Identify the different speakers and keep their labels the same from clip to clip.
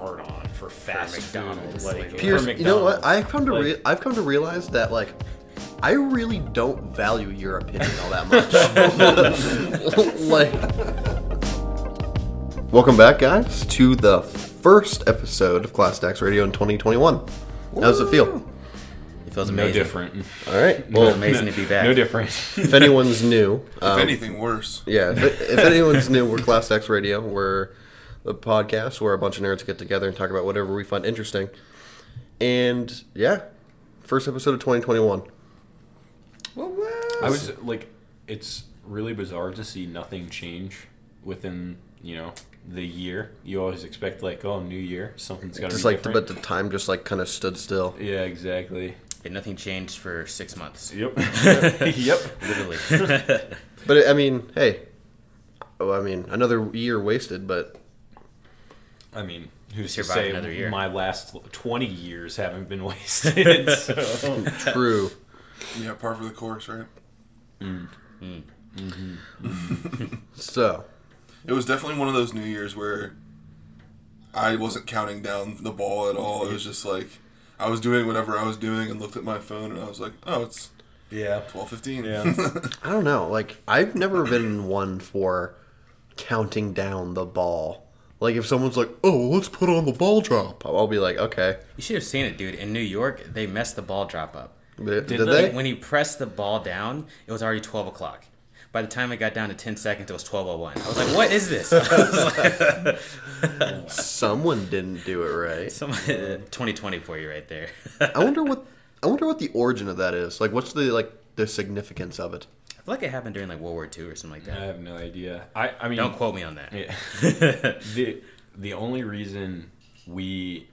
Speaker 1: for fast
Speaker 2: McDonald's,
Speaker 1: food,
Speaker 2: like-
Speaker 1: like
Speaker 2: Pierce,
Speaker 1: for
Speaker 3: you know what?
Speaker 1: McDonald's.
Speaker 3: I've come to re- I've come to realize that like I really don't value your opinion all that much. like Welcome back guys to the first episode of Class Tax Radio in 2021. How does it feel?
Speaker 2: It feels
Speaker 1: no
Speaker 2: amazing.
Speaker 1: different.
Speaker 3: All right.
Speaker 2: It
Speaker 3: Well,
Speaker 2: feels amazing to be back.
Speaker 1: No different.
Speaker 3: if anyone's new,
Speaker 4: If
Speaker 3: um,
Speaker 4: anything worse.
Speaker 3: yeah, if, if anyone's new, we're Class X Radio. We're the podcast where a bunch of nerds get together and talk about whatever we find interesting. And yeah, first episode of 2021.
Speaker 1: I was like, it's really bizarre to see nothing change within you know the year. You always expect like, oh, new year, something's got to be
Speaker 3: Just like,
Speaker 1: different.
Speaker 3: but the time just like kind of stood still.
Speaker 1: yeah, exactly.
Speaker 2: And nothing changed for six months.
Speaker 1: Yep. yep.
Speaker 2: Literally.
Speaker 3: But I mean, hey, oh, I mean, another year wasted, but
Speaker 1: I mean, who's to
Speaker 2: Survive
Speaker 1: say
Speaker 2: another year.
Speaker 1: my last twenty years haven't been wasted? so.
Speaker 3: true.
Speaker 4: Yeah, par for the course, right?
Speaker 3: So,
Speaker 4: It was definitely one of those New Years where I wasn't counting down the ball at all. It was just like I was doing whatever I was doing and looked at my phone and I was like, oh, it's
Speaker 1: yeah.
Speaker 4: twelve fifteen.
Speaker 1: Yeah.
Speaker 3: I don't know. Like, I've never been one for counting down the ball. Like, if someone's like, oh, let's put on the ball drop, I'll be like, okay.
Speaker 2: you should have seen it, dude. In New York, they messed the ball drop up.
Speaker 1: Did
Speaker 3: Did, did
Speaker 1: they-
Speaker 3: they?
Speaker 2: Like, when he pressed the ball down, it was already 12 o'clock. By the time it got down to 10 seconds, it was 12.01. I was like, what is this?
Speaker 3: Someone didn't do it right.
Speaker 2: Some, 2020 for you right there.
Speaker 3: I wonder what I wonder what the origin of that is. Like, what's the like the significance of it?
Speaker 2: I feel like it happened during like World War II or something like
Speaker 1: I
Speaker 2: that.
Speaker 1: have no idea. I I mean,
Speaker 2: Don't quote me on that.
Speaker 1: Yeah. the the only reason we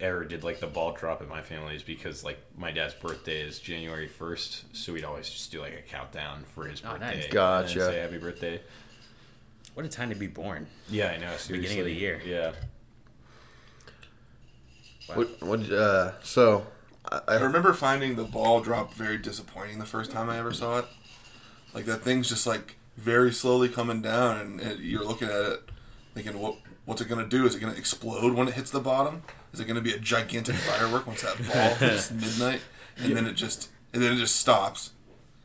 Speaker 1: ever did like the ball drop in my family is because like my dad's birthday is January first, so we'd always just do like a countdown for his
Speaker 2: Oh, nice.
Speaker 1: birthday. and
Speaker 3: Gotcha.
Speaker 1: say happy birthday.
Speaker 2: What a time to be born.
Speaker 1: Yeah, I know. Seriously.
Speaker 2: Beginning of the year.
Speaker 1: Yeah.
Speaker 3: What? What? Uh, so, I,
Speaker 4: I
Speaker 3: I,
Speaker 4: remember finding the ball drop very disappointing the first time I ever saw it. Like that thing's just like very slowly coming down, and, and you're looking at it, thinking, "What? What's it gonna do? Is it gonna explode when it hits the bottom? Is it gonna be a gigantic firework once that ball hits midnight?" And then it just, and then it just stops,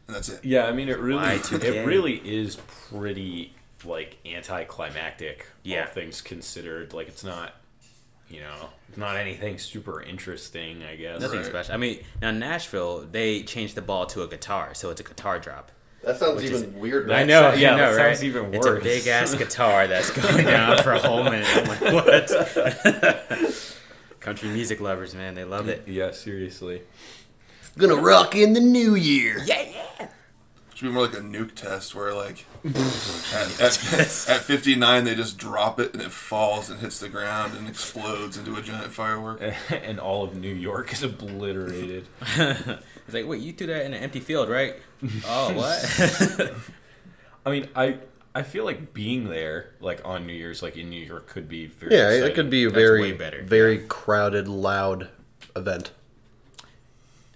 Speaker 4: and that's it.
Speaker 1: Yeah, I mean, it really
Speaker 2: Y2K.
Speaker 1: it really is pretty like anticlimactic.
Speaker 2: Yeah.
Speaker 1: All things considered, like it's not, you know, it's not anything super interesting. I guess.
Speaker 2: Nothing
Speaker 4: Right.
Speaker 2: special. I mean, now Nashville, they changed the ball to a guitar, so it's a guitar drop.
Speaker 3: that sounds
Speaker 2: is-
Speaker 3: even weirder.
Speaker 1: I
Speaker 2: I know,
Speaker 1: yeah,
Speaker 2: yeah, I know,
Speaker 1: that
Speaker 2: right?
Speaker 1: sounds even
Speaker 2: It's a
Speaker 1: worse.
Speaker 2: big ass guitar that's going down for a whole minute. I'm like, what? Country music lovers, man, they love it.
Speaker 1: Yeah, seriously.
Speaker 3: Gonna rock in the new year.
Speaker 2: Yeah, yeah.
Speaker 4: Should be more like a nuke test where like at, at, at 59 they just drop it and it falls and hits the ground and explodes into a giant firework.
Speaker 1: and all of New York is obliterated.
Speaker 2: It's like, wait, you threw that in an empty field, right? oh, what?
Speaker 1: I mean, I I feel like being there, like on New Year's, like in New York, could be very
Speaker 3: Yeah, it
Speaker 1: exciting.
Speaker 3: could be a
Speaker 2: That's
Speaker 3: very
Speaker 2: way better.
Speaker 3: very crowded, loud event.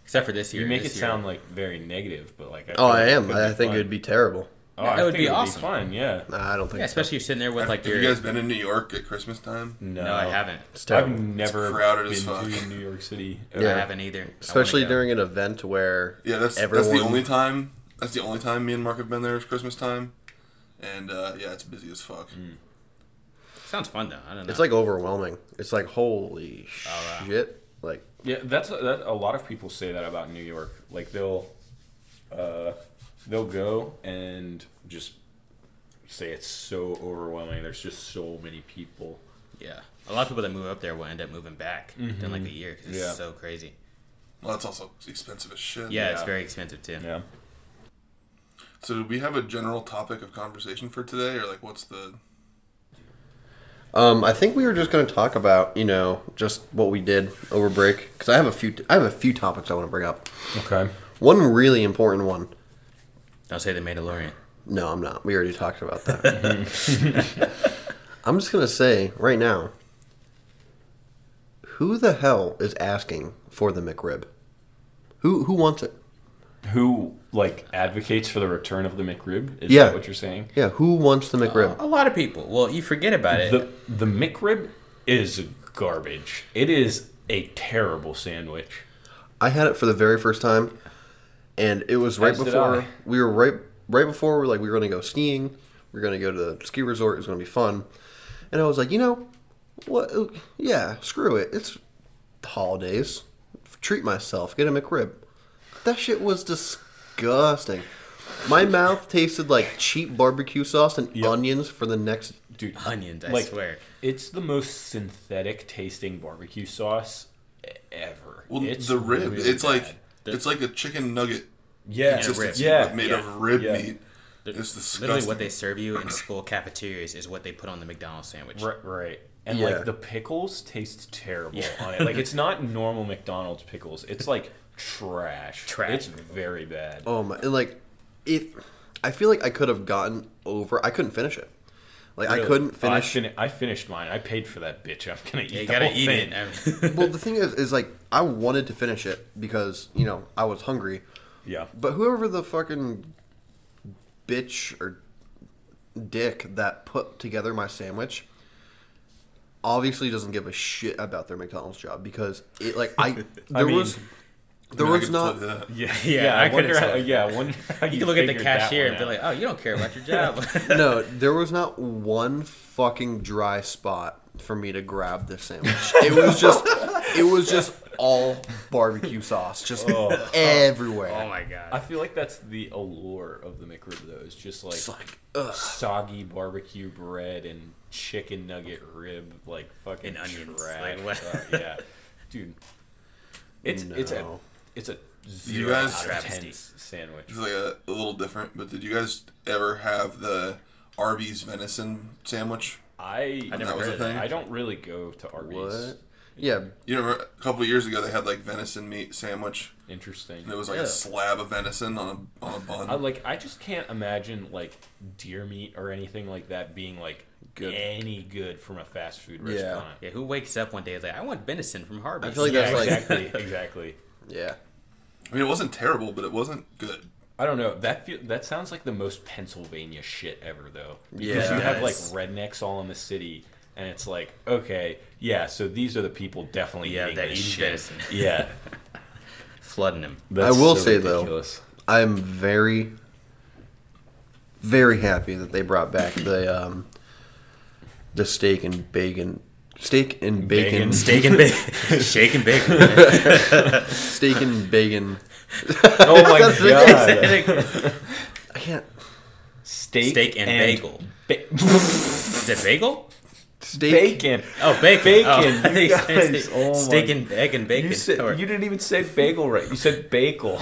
Speaker 2: Except for this year.
Speaker 1: You make it
Speaker 2: this
Speaker 1: sound like very negative, but like I
Speaker 3: Oh,
Speaker 1: feel like
Speaker 3: I
Speaker 1: it
Speaker 3: am.
Speaker 1: could
Speaker 3: I
Speaker 1: be
Speaker 3: think it
Speaker 1: fun.
Speaker 3: would be terrible.
Speaker 1: Oh,
Speaker 2: No,
Speaker 1: I
Speaker 2: it would
Speaker 1: think
Speaker 2: be
Speaker 1: it
Speaker 2: awesome.
Speaker 1: fun. Yeah.
Speaker 3: Nah, I don't think.
Speaker 2: Yeah,
Speaker 3: so.
Speaker 2: especially you're sitting there with like
Speaker 4: Have
Speaker 2: your.
Speaker 4: you guys been in New York at Christmas time?
Speaker 1: No,
Speaker 2: no, I haven't.
Speaker 3: It's
Speaker 1: I've
Speaker 3: terrible.
Speaker 1: never
Speaker 4: It's crowded
Speaker 1: been
Speaker 4: as fuck.
Speaker 1: to New York City.
Speaker 2: I
Speaker 3: Yeah.
Speaker 2: haven't either. I wanna
Speaker 3: especially
Speaker 2: go.
Speaker 3: during an event where
Speaker 4: Yeah, that's that's the only time. That's the only time me and Mark have been there is Christmas time, and uh, yeah, it's busy as fuck.
Speaker 1: Mm.
Speaker 2: Sounds fun though. I don't know.
Speaker 3: It's like overwhelming. It's like holy shit. Like
Speaker 1: Yeah, that's that, a lot of people say that about New York. Like they'll, uh, they'll go and just say it's so overwhelming. There's just so many people.
Speaker 2: yeah, a lot of people that move up there will end up moving back in
Speaker 1: Mm-hmm.
Speaker 2: like a year. 'cause it's
Speaker 1: Yeah.
Speaker 2: so crazy.
Speaker 4: Well, that's also expensive as shit.
Speaker 2: Yeah, it's
Speaker 1: Yeah.
Speaker 2: very expensive too.
Speaker 1: Yeah.
Speaker 4: So, do we have a general topic of conversation for today, or like what's the?
Speaker 3: um I think we were just going to talk about, you know, just what we did over break cuz I have a few I have a few topics I want to bring up.
Speaker 1: Okay.
Speaker 3: One really important one.
Speaker 2: Don't say the Mandalorian.
Speaker 3: No, I'm not. We already talked about that. I'm just going to say right now who the hell is asking for the McRib? Who who wants it?
Speaker 1: who like advocates for the return of the McRib? Is
Speaker 3: Yeah.
Speaker 1: that what you're saying?
Speaker 3: Yeah, who wants the McRib?
Speaker 2: A lot of people. Well, you forget about it.
Speaker 1: The the McRib is a garbage. It is a terrible sandwich.
Speaker 3: I had it for the very first time, and it was right
Speaker 1: As did
Speaker 3: before
Speaker 1: I.
Speaker 3: we were right right before we were like we were gonna go skiing. We were gonna go to the ski resort. It was gonna be fun, and I was like, you know, what? Yeah, screw it. It's the holidays. Treat myself. Get a McRib. That shit was disgusting. My mouth tasted like cheap barbecue sauce and onions for the next.
Speaker 1: Dude,
Speaker 2: Onions, I
Speaker 1: like,
Speaker 2: swear.
Speaker 1: It's the most synthetic tasting barbecue sauce e- ever.
Speaker 4: Well,
Speaker 1: It's
Speaker 4: the rib,
Speaker 1: really
Speaker 4: it's like
Speaker 1: bad.
Speaker 4: it's like a chicken nugget
Speaker 1: yeah,
Speaker 4: consistency,
Speaker 1: yeah,
Speaker 4: but made
Speaker 1: yeah,
Speaker 4: of rib
Speaker 1: yeah.
Speaker 4: meat. It's disgusting.
Speaker 2: Literally, what they serve you in school cafeterias is what they put on the McDonald's sandwich.
Speaker 1: Right, right. And
Speaker 3: Yeah.
Speaker 1: like the pickles taste terrible on it. Like it's not normal McDonald's pickles. It's like trash.
Speaker 2: Trash.
Speaker 1: It's very bad.
Speaker 3: Oh my! And like, it. I feel like I could have gotten over. I couldn't finish it. Like I
Speaker 1: Really. Oh,
Speaker 3: couldn't
Speaker 1: I,
Speaker 3: finish.
Speaker 1: fin- I finished mine. I paid for that bitch. I'm gonna eat.
Speaker 2: Yeah, you
Speaker 1: the
Speaker 2: gotta
Speaker 1: whole
Speaker 2: eat
Speaker 1: thing.
Speaker 2: it. I mean-
Speaker 3: well, the thing is, is like I wanted to finish it because you know I was hungry,
Speaker 1: Yeah.
Speaker 3: but whoever the fucking bitch or dick that put together my sandwich obviously doesn't give a shit about their McDonald's job because it like I there
Speaker 1: mean,
Speaker 3: was there
Speaker 4: I
Speaker 3: was
Speaker 4: can tell
Speaker 3: not
Speaker 4: you that.
Speaker 1: Yeah.
Speaker 2: Yeah, I
Speaker 1: I,
Speaker 2: couldn't
Speaker 1: wonder.
Speaker 2: tell.
Speaker 1: How, yeah. I wonder. How
Speaker 2: you can look at the
Speaker 1: figured that
Speaker 2: cashier and
Speaker 1: one
Speaker 2: be
Speaker 1: out.
Speaker 2: like, "Oh, you don't care about your job."
Speaker 3: no there was not one fucking dry spot for me to grab this sandwich it was just it was just all barbecue sauce just everywhere
Speaker 2: oh my
Speaker 1: I
Speaker 2: god.
Speaker 1: feel like that's the allure of the McRib though. It's just like,
Speaker 3: it's like ugh
Speaker 1: soggy barbecue bread and chicken nugget rib, like fucking
Speaker 2: And onions,
Speaker 1: trash.
Speaker 2: like, what?
Speaker 1: Uh, yeah, dude. It's it's a
Speaker 3: No.
Speaker 1: it's a
Speaker 4: You
Speaker 1: zero
Speaker 4: guys-
Speaker 1: out of
Speaker 2: Travesty.
Speaker 1: ten sandwich.
Speaker 4: It's like a, a little different, but did you guys ever have the Arby's venison sandwich?
Speaker 1: I
Speaker 2: I never
Speaker 4: that was
Speaker 2: heard
Speaker 4: a
Speaker 2: of that.
Speaker 4: thing.
Speaker 1: I don't really go to Arby's.
Speaker 3: What? Yeah,
Speaker 4: You know, a couple of years ago they had like venison meat sandwich,
Speaker 1: Interesting.
Speaker 4: and it was like
Speaker 3: Yeah.
Speaker 4: a slab of venison on a on a bun.
Speaker 1: I like I just can't imagine like deer meat or anything like that being like
Speaker 3: Good.
Speaker 1: any good from a fast food
Speaker 3: Yeah.
Speaker 1: restaurant.
Speaker 2: Yeah, who wakes up one day and is like, "I want venison from Harvey's."
Speaker 3: I feel like
Speaker 1: Yeah,
Speaker 3: that's like-
Speaker 1: exactly, exactly.
Speaker 3: yeah.
Speaker 4: I mean, it wasn't terrible, but it wasn't good.
Speaker 1: I don't know. That feel, that sounds like the most Pennsylvania shit ever, though. Because
Speaker 3: Yeah.
Speaker 1: you have like
Speaker 2: Yes.
Speaker 1: rednecks all in the city, and it's like, okay, yeah, so these are the people definitely
Speaker 2: Yeah,
Speaker 1: eating
Speaker 2: that
Speaker 1: this
Speaker 2: eat
Speaker 1: shit.
Speaker 2: venison.
Speaker 1: Yeah,
Speaker 2: flooding him.
Speaker 1: That's
Speaker 3: will
Speaker 1: so
Speaker 3: say, though,
Speaker 1: ridiculous.
Speaker 3: I'm very, very happy that they brought back the um, the steak and bacon, steak and bacon,
Speaker 1: Bacon.
Speaker 2: Steak and bacon, shake and bacon. man.
Speaker 3: steak and bacon.
Speaker 1: oh my
Speaker 3: That's what they
Speaker 1: god,
Speaker 3: I can't
Speaker 1: steak,
Speaker 2: Steak and bagel.
Speaker 1: ba-
Speaker 2: Is it bagel?
Speaker 3: steak.
Speaker 1: bacon.
Speaker 2: Oh, bacon.
Speaker 1: Bacon,
Speaker 2: Oh, I
Speaker 1: you
Speaker 2: think it's
Speaker 1: guys,
Speaker 2: steak,
Speaker 1: oh my-
Speaker 2: steak and egg and bacon.
Speaker 1: You, said,
Speaker 2: Or-
Speaker 1: you didn't even say bagel right. You said bagel.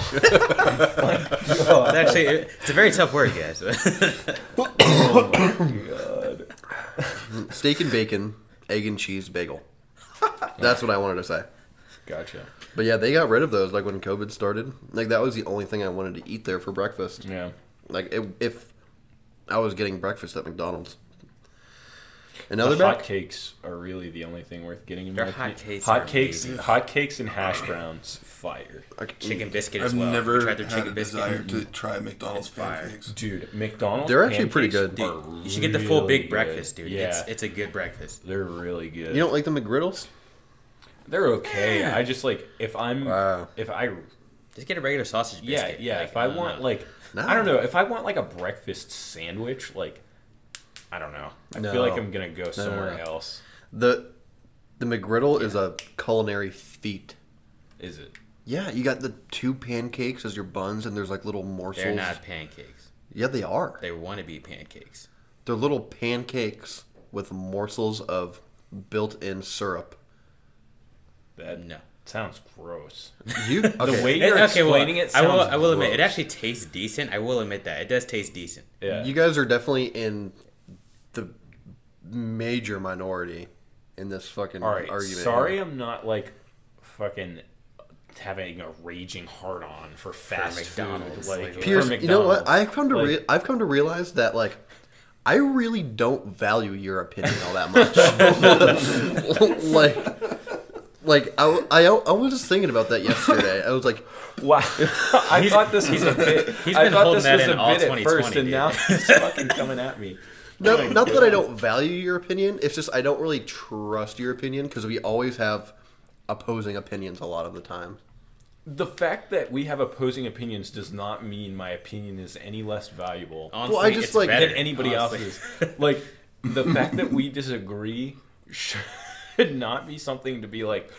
Speaker 2: it's actually, it's a very tough word, guys.
Speaker 1: Oh my god.
Speaker 3: steak and bacon, egg and cheese bagel. That's what I wanted to say.
Speaker 1: Gotcha.
Speaker 3: But yeah, they got rid of those like when COVID started. Like that was the only thing I wanted to eat there for breakfast.
Speaker 1: Yeah.
Speaker 3: Like it, if I was getting breakfast at McDonald's. And now
Speaker 1: The
Speaker 3: they're back.
Speaker 1: hot cakes are really the only thing worth getting. In
Speaker 2: Their
Speaker 1: my
Speaker 2: hot
Speaker 1: opinion.
Speaker 2: cakes are
Speaker 1: hot cakes,
Speaker 2: amazing.
Speaker 1: hot cakes, and hash browns, fire,
Speaker 2: chicken biscuit as
Speaker 4: I've
Speaker 2: well.
Speaker 4: never
Speaker 2: tried
Speaker 4: had
Speaker 2: their
Speaker 4: a
Speaker 2: chicken
Speaker 4: desire
Speaker 2: biscuit. Mm.
Speaker 4: to try McDonald's
Speaker 2: It's fire.
Speaker 4: pancakes.
Speaker 1: dude. McDonald's.
Speaker 3: They're actually pretty
Speaker 1: pancakes
Speaker 3: good.
Speaker 1: are
Speaker 2: You should get the full
Speaker 1: really
Speaker 2: big
Speaker 1: good.
Speaker 2: breakfast, dude.
Speaker 1: Yeah,
Speaker 2: It's, it's a good breakfast.
Speaker 1: they're really good.
Speaker 3: You don't like the McGriddles?
Speaker 1: they're okay. I just like if I'm
Speaker 3: Wow.
Speaker 1: if I
Speaker 2: Just get a regular sausage
Speaker 1: yeah
Speaker 2: biscuit.
Speaker 1: yeah
Speaker 2: like, mm-hmm.
Speaker 1: if I
Speaker 2: don't
Speaker 1: want
Speaker 2: know.
Speaker 1: like
Speaker 3: No.
Speaker 1: I don't know if I want like a breakfast sandwich like I don't know I
Speaker 3: No.
Speaker 1: feel like I'm gonna go
Speaker 3: no,
Speaker 1: somewhere
Speaker 3: no.
Speaker 1: else.
Speaker 3: The the McGriddle is a culinary feat.
Speaker 1: Is it?
Speaker 3: Yeah, you got the two pancakes as your buns, and there's like little morsels.
Speaker 2: they're not pancakes.
Speaker 3: Yeah, they are.
Speaker 2: They want to be pancakes.
Speaker 3: They're little pancakes with morsels of built-in syrup.
Speaker 1: That
Speaker 2: No.
Speaker 1: sounds gross.
Speaker 3: You
Speaker 1: The way
Speaker 3: okay?
Speaker 1: you're
Speaker 2: Eh,
Speaker 1: explaining it,
Speaker 2: I will.
Speaker 1: sounds
Speaker 2: I will admit, it
Speaker 1: gross.
Speaker 2: actually tastes decent. I will admit that it does taste decent.
Speaker 1: Yeah.
Speaker 3: You guys are definitely in the major minority in this fucking
Speaker 1: All right.
Speaker 3: argument.
Speaker 1: Sorry, I'm not like fucking having a raging hard on for fast
Speaker 2: McDonald's,
Speaker 1: food.
Speaker 2: like,
Speaker 1: Like,
Speaker 3: Pierce.
Speaker 1: for
Speaker 3: You know what?
Speaker 1: McDonald's.
Speaker 3: I've come to
Speaker 1: Like-
Speaker 3: rea- I've come to realize that like. I really don't value your opinion all that much. like, like I, I, I was just thinking about that yesterday. I was like,
Speaker 1: Wow. I thought this was a bit.
Speaker 2: he's
Speaker 1: I
Speaker 2: been
Speaker 1: thought
Speaker 2: holding
Speaker 1: this
Speaker 2: that
Speaker 1: was
Speaker 2: in
Speaker 1: a
Speaker 2: all
Speaker 1: bit at first,
Speaker 2: 2020,
Speaker 1: and now
Speaker 2: dude.
Speaker 1: he's fucking coming at me.
Speaker 3: No, not that I don't value your opinion. It's just I don't really trust your opinion because we always have opposing opinions a lot of the time.
Speaker 1: The fact that we have opposing opinions does not mean my opinion is any less valuable
Speaker 2: Honestly,
Speaker 3: I just,
Speaker 2: it's
Speaker 3: like,
Speaker 2: better,
Speaker 1: than anybody
Speaker 2: honestly.
Speaker 1: else's. Like the fact that we disagree should not be something to be like,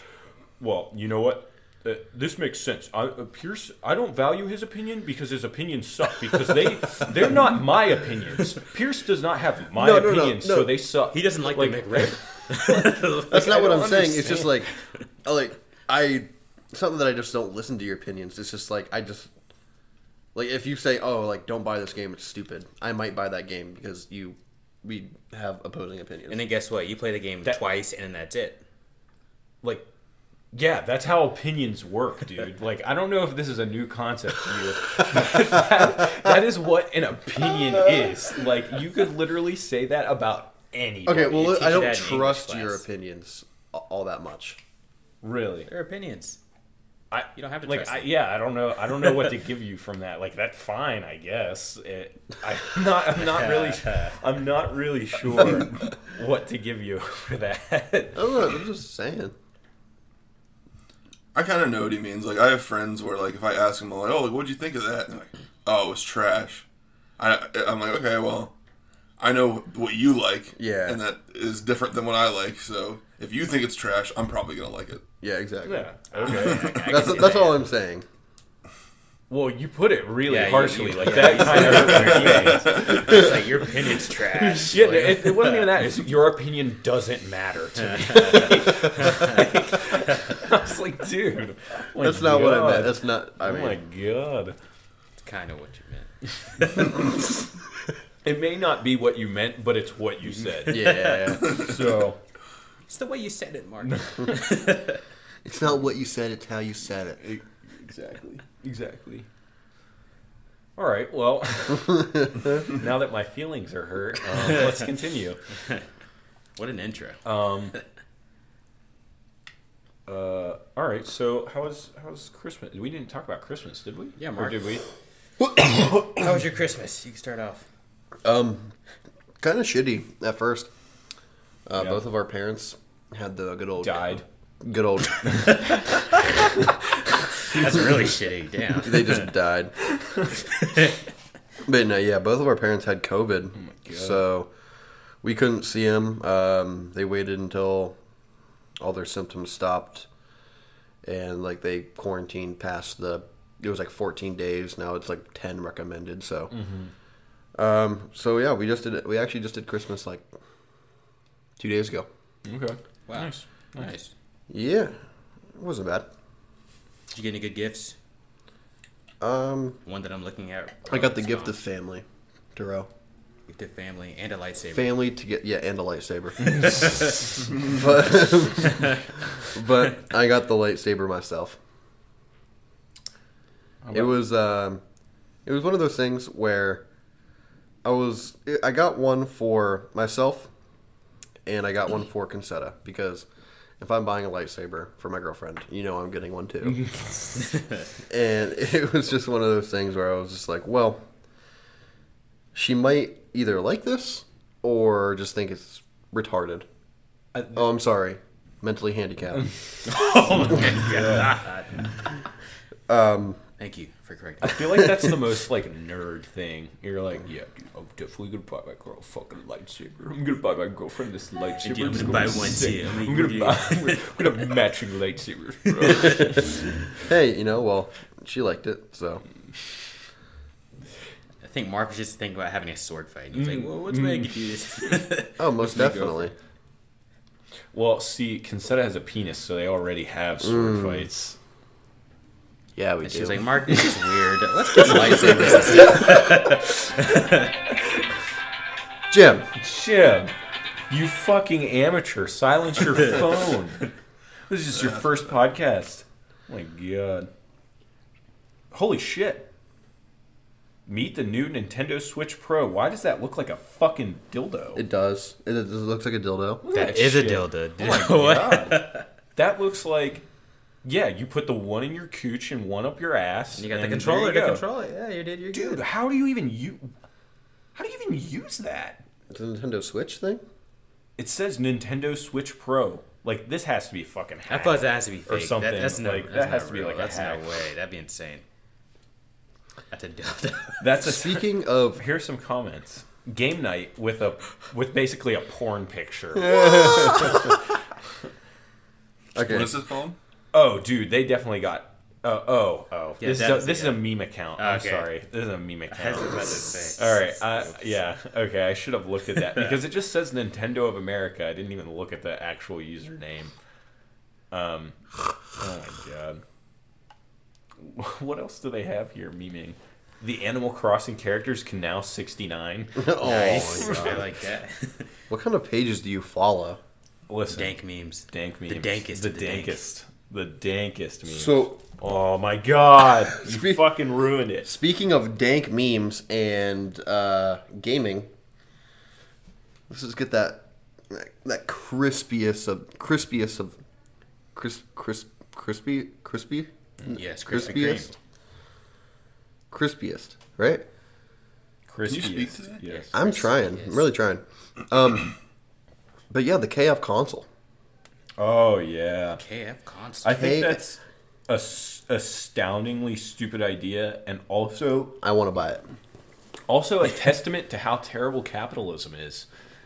Speaker 1: well, you know what? Uh, this makes sense. I, uh, Pierce, I don't value his opinion because his opinions suck because they they're not my opinions. Pierce does not have my
Speaker 3: No, no, no,
Speaker 1: opinions,
Speaker 3: no.
Speaker 1: so they suck.
Speaker 2: He doesn't like, the McRib.
Speaker 3: That's not
Speaker 1: I
Speaker 3: what I'm
Speaker 1: don't
Speaker 3: saying. It's just like, I, like I something that I just don't listen to your opinions. It's just like I just like if you say, oh, like don't buy this game, it's stupid. I might buy that game because you we have opposing opinions.
Speaker 2: and then guess what? You play the game
Speaker 1: That-
Speaker 2: twice, and then that's it.
Speaker 1: like yeah that's how opinions work dude like i don't know if this is a new concept to you that, that is what an opinion is like you could literally say that about any
Speaker 3: okay,
Speaker 2: you
Speaker 3: well,
Speaker 2: teach
Speaker 3: I don't
Speaker 2: that in English
Speaker 3: trust
Speaker 2: class.
Speaker 3: your opinions a- all that much.
Speaker 1: really
Speaker 2: Their opinions.
Speaker 1: I,
Speaker 2: You don't have to
Speaker 1: like
Speaker 2: trust
Speaker 1: I,
Speaker 2: them.
Speaker 1: yeah i don't know i don't know what to give you from that like that's fine i guess it, i'm not i'm not really i'm not really sure what to give you for that
Speaker 3: I don't know. I'm just saying.
Speaker 4: I kind of know what he means. Like I have friends where like if I ask them like, "Oh, like, what'd you think of that?" And they're like, "Oh, it was trash." I I'm like, "Okay, well, I know what you like,
Speaker 3: Yeah.
Speaker 4: and that is different than what I like. So if you think it's trash, I'm probably gonna like it."
Speaker 3: Yeah, exactly.
Speaker 1: yeah okay
Speaker 3: That's that's all I'm saying.
Speaker 1: well you put it really
Speaker 2: Yeah, you-
Speaker 1: harshly
Speaker 2: you-
Speaker 1: like
Speaker 2: yeah,
Speaker 1: that
Speaker 2: you-
Speaker 1: kind of
Speaker 2: It's like your opinion's trash.
Speaker 1: Yeah,
Speaker 2: Like,
Speaker 1: it, it wasn't even that. It's your opinion doesn't matter to me. I was like, dude, Oh my
Speaker 3: That's not what I meant.
Speaker 1: God.
Speaker 3: That's not. I
Speaker 1: oh my
Speaker 3: mean,
Speaker 1: god!
Speaker 2: that's kind of what you meant.
Speaker 1: It may not be what you meant, but it's what you said.
Speaker 3: yeah,
Speaker 1: So
Speaker 2: It's the way you said it, Mark.
Speaker 3: it's not what you said. It's how you said it.
Speaker 4: Exactly.
Speaker 1: exactly. All right. Well, now that my feelings are hurt, um, let's continue.
Speaker 2: what an intro.
Speaker 1: Um, uh, all right. So how was how was Christmas? We didn't talk about Christmas, did we?
Speaker 2: Yeah,
Speaker 1: Or
Speaker 2: Mark.
Speaker 1: did we?
Speaker 2: How was your Christmas? You can start off.
Speaker 3: Um, kind of shitty at first. Uh,
Speaker 1: Yeah.
Speaker 3: Both of our parents had the good old
Speaker 1: Died.
Speaker 3: Good old.
Speaker 2: That's really shitty. Damn.
Speaker 3: they just died. but no, yeah, both of our parents had COVID,
Speaker 1: Oh God.
Speaker 3: so we couldn't see them. Um, they waited until all their symptoms stopped, and like they quarantined past the. It was like 14 days. Now it's like 10 recommended. So,
Speaker 1: Mm-hmm.
Speaker 3: um, so yeah, we just did. it- We actually just did Christmas like two days ago.
Speaker 1: Okay.
Speaker 2: Wow.
Speaker 1: Nice.
Speaker 2: Nice.
Speaker 3: Yeah, it wasn't bad.
Speaker 2: Did you get any good gifts?
Speaker 3: Um,
Speaker 2: One that I'm looking at.
Speaker 3: I got the
Speaker 2: It's
Speaker 3: gift
Speaker 2: gone.
Speaker 3: of family, Darrell.
Speaker 2: gift of family and a lightsaber.
Speaker 3: family to get yeah and a lightsaber but, but i got the lightsaber myself it was um it was one of those things where i was i got one for myself and i got one for Consetta because if i'm buying a lightsaber for my girlfriend you know i'm getting one too and it was just one of those things where i was just like well she might either like this or just think it's retarded.
Speaker 1: I-
Speaker 3: oh, I'm sorry, mentally handicapped.
Speaker 2: oh my god.
Speaker 3: um,
Speaker 2: Thank you for correcting.
Speaker 1: I feel like that's the most like nerd thing. You're like, yeah, dude, I'm definitely gonna buy my girl a fucking lightsaber. I'm gonna buy my girlfriend this lightsaber.
Speaker 2: I'm
Speaker 1: It's
Speaker 2: gonna
Speaker 1: be
Speaker 2: buy one
Speaker 1: sick.
Speaker 2: too.
Speaker 1: I'm
Speaker 2: I'm
Speaker 1: gonna
Speaker 2: gonna
Speaker 1: buy. We're gonna have matching lightsabers, bro.
Speaker 3: hey, you know, well, she liked it, so
Speaker 2: I think Mark was just thinking about having a sword fight. and He's
Speaker 1: Mm,
Speaker 2: like, well, what's way I could do this?
Speaker 3: oh, most
Speaker 1: Just make it
Speaker 3: definitely.
Speaker 1: well, see, Consetta has a penis, so they already have sword
Speaker 2: Mm.
Speaker 1: fights.
Speaker 3: Yeah, we
Speaker 2: And she was like, Mark, this is weird. Let's get lightsabers.
Speaker 3: Jim,
Speaker 1: Jim, you fucking amateur! Silence your phone. This is your first podcast. Oh my god. Holy shit. Meet the new Nintendo Switch Pro. Why does that look like a fucking dildo?
Speaker 3: it does. It, it looks like a dildo.
Speaker 1: Look at
Speaker 2: that is a
Speaker 1: shit.
Speaker 2: dildo, dude.
Speaker 1: Oh my god. that looks like yeah, you put the one in your cooch and one up your ass.
Speaker 2: You got the
Speaker 1: and there
Speaker 2: controller
Speaker 1: you
Speaker 2: to
Speaker 1: go.
Speaker 2: control it. Yeah, you did. You're
Speaker 1: Dude,
Speaker 2: good.
Speaker 1: how do you even use how do you even use that?
Speaker 3: It's a Nintendo Switch thing?
Speaker 1: It says Nintendo Switch Pro. Like this has to be fucking.
Speaker 2: I
Speaker 1: Hacked.
Speaker 2: thought that has to be fake.
Speaker 1: Or something.
Speaker 2: That, that's no,
Speaker 1: Like,
Speaker 2: that's
Speaker 1: that has
Speaker 2: not
Speaker 1: to be
Speaker 2: real.
Speaker 1: like a
Speaker 2: that's
Speaker 1: hack.
Speaker 2: no way. That'd be insane. That's a delta.
Speaker 1: That's a
Speaker 3: Speaking of
Speaker 1: Here's some comments. Game night with a with basically a porn picture.
Speaker 3: okay,
Speaker 4: What is this called?
Speaker 1: Oh, dude, they definitely got. Oh, oh, oh.
Speaker 2: Yeah,
Speaker 1: this is
Speaker 2: that
Speaker 1: a,
Speaker 2: was-
Speaker 1: this is
Speaker 2: yeah.
Speaker 1: a meme account. I'm
Speaker 2: Okay.
Speaker 1: sorry. This is a meme
Speaker 2: That's what I
Speaker 1: account.
Speaker 2: was saying.
Speaker 1: All right. I, yeah. Okay. I should have looked at that because it just says Nintendo of America. I didn't even look at the actual username. Um. Oh my god. What else do they have here? Memeing. The Animal Crossing characters can now 69.
Speaker 3: oh,
Speaker 2: Nice. I like that.
Speaker 3: what kind of pages do you follow?
Speaker 1: Listen.
Speaker 2: Dank memes.
Speaker 1: dank memes.
Speaker 2: The dankest
Speaker 1: The
Speaker 2: of the dank.
Speaker 1: dankest. The dankest memes.
Speaker 3: So
Speaker 1: oh my god, you
Speaker 3: Spe-
Speaker 1: fucking ruined it.
Speaker 3: Speaking of dank memes and uh, gaming, let's just get that that, that crispiest of crispiest of crisp crisp crispy crispy
Speaker 2: Yes, Krispy Kreme.
Speaker 3: crispiest crispiest right.
Speaker 1: Crispy.
Speaker 4: speak to that?
Speaker 1: Yes.
Speaker 3: I'm trying. I'm really trying. Um, but yeah, the KF console.
Speaker 1: Oh yeah.
Speaker 2: KF constant.
Speaker 1: I think
Speaker 3: Hey.
Speaker 1: that's a s- astoundingly stupid idea, and also
Speaker 3: I want to buy it.
Speaker 1: also a testament to how terrible capitalism is.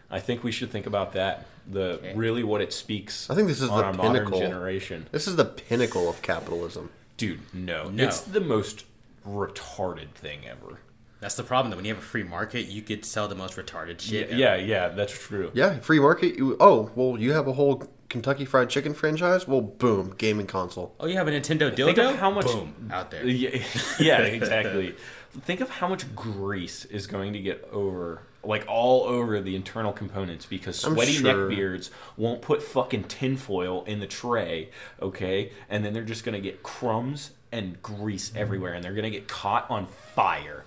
Speaker 1: I think we should think about that. The really what it speaks.
Speaker 3: I think this is
Speaker 1: on
Speaker 3: the
Speaker 1: our
Speaker 3: pinnacle.
Speaker 1: modern generation,
Speaker 3: This is the pinnacle of capitalism.
Speaker 1: dude. No,
Speaker 2: No.
Speaker 1: it's the most retarded thing ever.
Speaker 2: That's the problem, though. When you have a free market, you could sell the most retarded shit.
Speaker 1: Yeah, yeah, that's true.
Speaker 3: Yeah, free market. You, oh, well, you have a whole Kentucky Fried Chicken franchise. Well, boom, gaming console.
Speaker 2: Oh, you have a Nintendo dildo?
Speaker 1: Think of how much
Speaker 2: Boom. Out there.
Speaker 1: Yeah, yeah, exactly. Think of how much grease is going to get over, like all over the internal components, because
Speaker 3: I'm
Speaker 1: sweaty
Speaker 3: sure.
Speaker 1: neckbeards won't put fucking tinfoil in the tray, okay? And then they're just gonna get crumbs and grease everywhere, and they're gonna get caught on fire.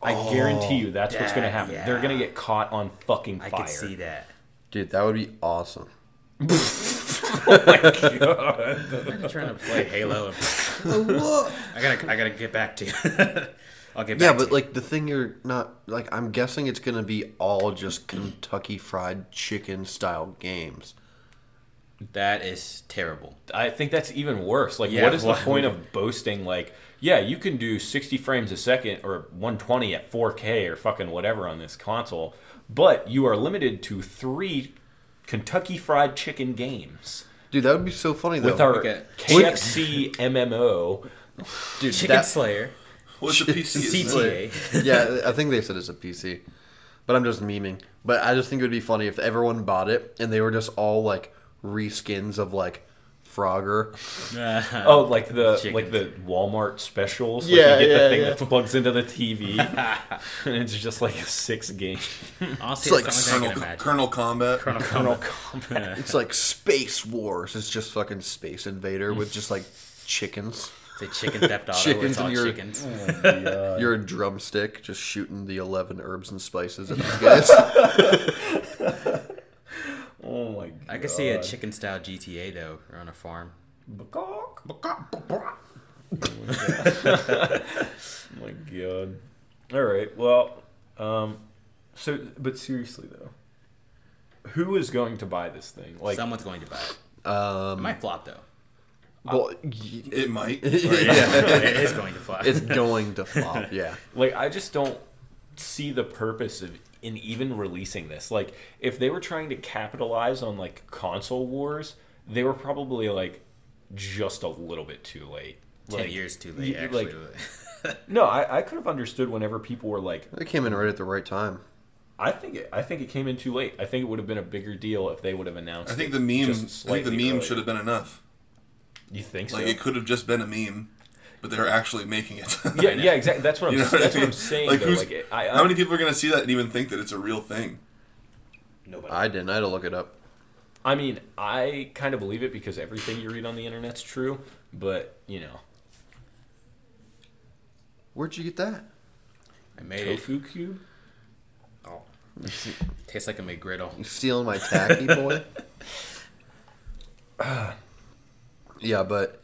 Speaker 1: I guarantee you, that's what's gonna
Speaker 2: that-
Speaker 1: happen. They're
Speaker 2: Oh, yeah.
Speaker 1: gonna get caught on fucking fire.
Speaker 2: I could see that.
Speaker 3: Dude, that would be awesome.
Speaker 2: I'm trying to play Halo. And
Speaker 3: yeah,
Speaker 2: I gotta, I gotta get back to you. I'll get back. to
Speaker 3: but
Speaker 2: you.
Speaker 3: like the thing you're not like I'm guessing it's gonna be all just Kentucky Fried Chicken style games.
Speaker 2: that is terrible.
Speaker 1: I think that's even worse. Like,
Speaker 2: Yeah,
Speaker 1: what is the
Speaker 2: well-
Speaker 1: point of boasting? Like, yeah, you can do 60 frames a second or 120 at 4K or fucking whatever on this console, but you are limited to three Kentucky Fried Chicken games
Speaker 3: Dude, that would be so funny though.
Speaker 1: with our
Speaker 2: okay.
Speaker 1: KFC MMO.
Speaker 3: Dude,
Speaker 2: Chicken
Speaker 3: that-
Speaker 2: Slayer,
Speaker 4: What's the PC? is that?
Speaker 2: CTA.
Speaker 3: yeah, I think they said it's a PC, but I'm just memeing. But I just think it would be funny if everyone bought it and they were just all like reskins of like Frogger.
Speaker 2: Uh,
Speaker 1: Oh, like the
Speaker 2: Chicken.
Speaker 1: like the Walmart specials. Like
Speaker 3: Yeah,
Speaker 1: you get
Speaker 3: yeah,
Speaker 1: the thing
Speaker 3: yeah.
Speaker 1: that plugs into the TV, and it's just like a six game
Speaker 2: Honestly,
Speaker 3: It's
Speaker 2: it's
Speaker 3: like
Speaker 2: not like I can
Speaker 4: Colonel,
Speaker 2: imagine.
Speaker 4: Colonel Combat.
Speaker 1: Colonel Combat.
Speaker 3: It's like Space Wars. It's just fucking Space Invader with just like chickens.
Speaker 2: It's a chicken theft auto.
Speaker 3: Chickens
Speaker 2: where it's all
Speaker 3: in your-
Speaker 2: chickens.
Speaker 1: Uh,
Speaker 3: You're a drumstick just shooting the 11 herbs and spices at these guys.
Speaker 1: Oh my god!
Speaker 2: I could see a chicken style GTA though, or on a farm.
Speaker 1: Oh my god. All right. Well, um, so but seriously though, who is going to buy this thing? Like,
Speaker 2: Someone's going to buy it. it
Speaker 3: um,
Speaker 2: might flop though.
Speaker 3: well, y-
Speaker 4: It might.
Speaker 2: it is going to flop.
Speaker 3: it's going to flop, yeah.
Speaker 1: like I just don't see the purpose of in even releasing this. Like, if they were trying to capitalize on like console wars, they were probably like just a little bit too late.
Speaker 2: ten
Speaker 1: Like,
Speaker 2: years too
Speaker 1: you-
Speaker 2: late.
Speaker 1: you,
Speaker 2: Actually,
Speaker 1: like- No, I, I could have understood whenever people were like,
Speaker 3: They came in right at the right time.
Speaker 1: I think it, I think it came in too late. I think it would have been a bigger deal if they would have announced.
Speaker 4: I think the
Speaker 1: it
Speaker 4: meme. I
Speaker 1: just
Speaker 4: think the
Speaker 1: slightly
Speaker 4: meme
Speaker 1: earlier.
Speaker 4: should have been enough.
Speaker 1: You think so?
Speaker 4: Like it could have just been a meme, but they're actually making it.
Speaker 1: yeah, yeah, exactly. That's what I'm.
Speaker 4: You know what
Speaker 1: that's
Speaker 4: I
Speaker 1: what I'm
Speaker 4: mean?
Speaker 1: saying.
Speaker 4: Like,
Speaker 1: though.
Speaker 4: who's-
Speaker 1: like I, I,
Speaker 4: How many people are gonna see that and even think that it's a real thing?
Speaker 2: nobody.
Speaker 3: I didn't. I had to look it up.
Speaker 1: I mean, I kind of believe it because everything you read on the internet's true. But you know,
Speaker 3: Where'd you get that?
Speaker 2: I made it.
Speaker 1: tofu cube.
Speaker 2: Tastes like a McGriddle.
Speaker 3: You stealing my tacky boy? yeah, but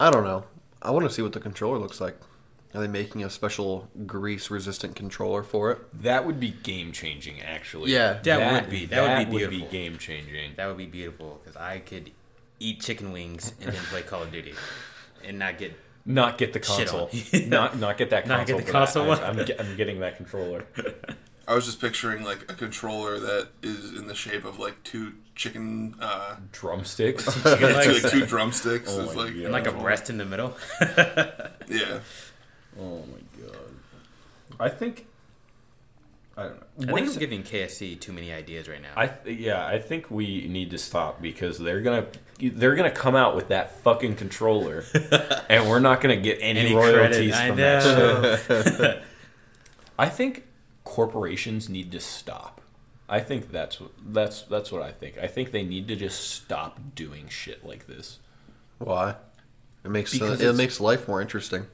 Speaker 3: I don't know. I want to see what the controller looks like. Are they making a special grease resistant controller for it?
Speaker 1: That would be game changing, actually.
Speaker 3: Yeah.
Speaker 2: That would be- that would be beautiful.
Speaker 1: game changing.
Speaker 2: That would be beautiful because I could eat chicken wings and then play Call of Duty and not get.
Speaker 1: Not get the
Speaker 2: Shit
Speaker 1: console.
Speaker 2: on-
Speaker 1: not not get that console.
Speaker 2: Not get the
Speaker 1: for
Speaker 2: console
Speaker 1: that.
Speaker 2: one.
Speaker 1: I, am I'm getting that controller.
Speaker 4: I was just picturing like a controller that is in the shape of like two chicken, uh,
Speaker 1: Drumsticks.
Speaker 2: chicken
Speaker 4: two,
Speaker 2: legs
Speaker 4: like two drumsticks.
Speaker 1: Oh
Speaker 4: It's
Speaker 1: my
Speaker 4: like,
Speaker 1: God.
Speaker 2: and like a breast in the middle.
Speaker 4: yeah.
Speaker 1: Oh my god. I think. I don't know.
Speaker 2: I
Speaker 1: When
Speaker 2: think
Speaker 1: is-
Speaker 2: I'm giving KFC too many ideas right now.
Speaker 1: I th- yeah, I think we need to stop because they're gonna they're gonna come out with that fucking controller, and we're not gonna get any,
Speaker 2: Any credit,
Speaker 1: royalties
Speaker 2: I
Speaker 1: from that. Shit.
Speaker 2: know.
Speaker 1: I think corporations need to stop. I think that's what that's that's what I think. I think they need to just stop doing shit like this,
Speaker 3: Why? It makes
Speaker 1: Because
Speaker 3: sense. it
Speaker 1: it's-
Speaker 3: makes life more interesting.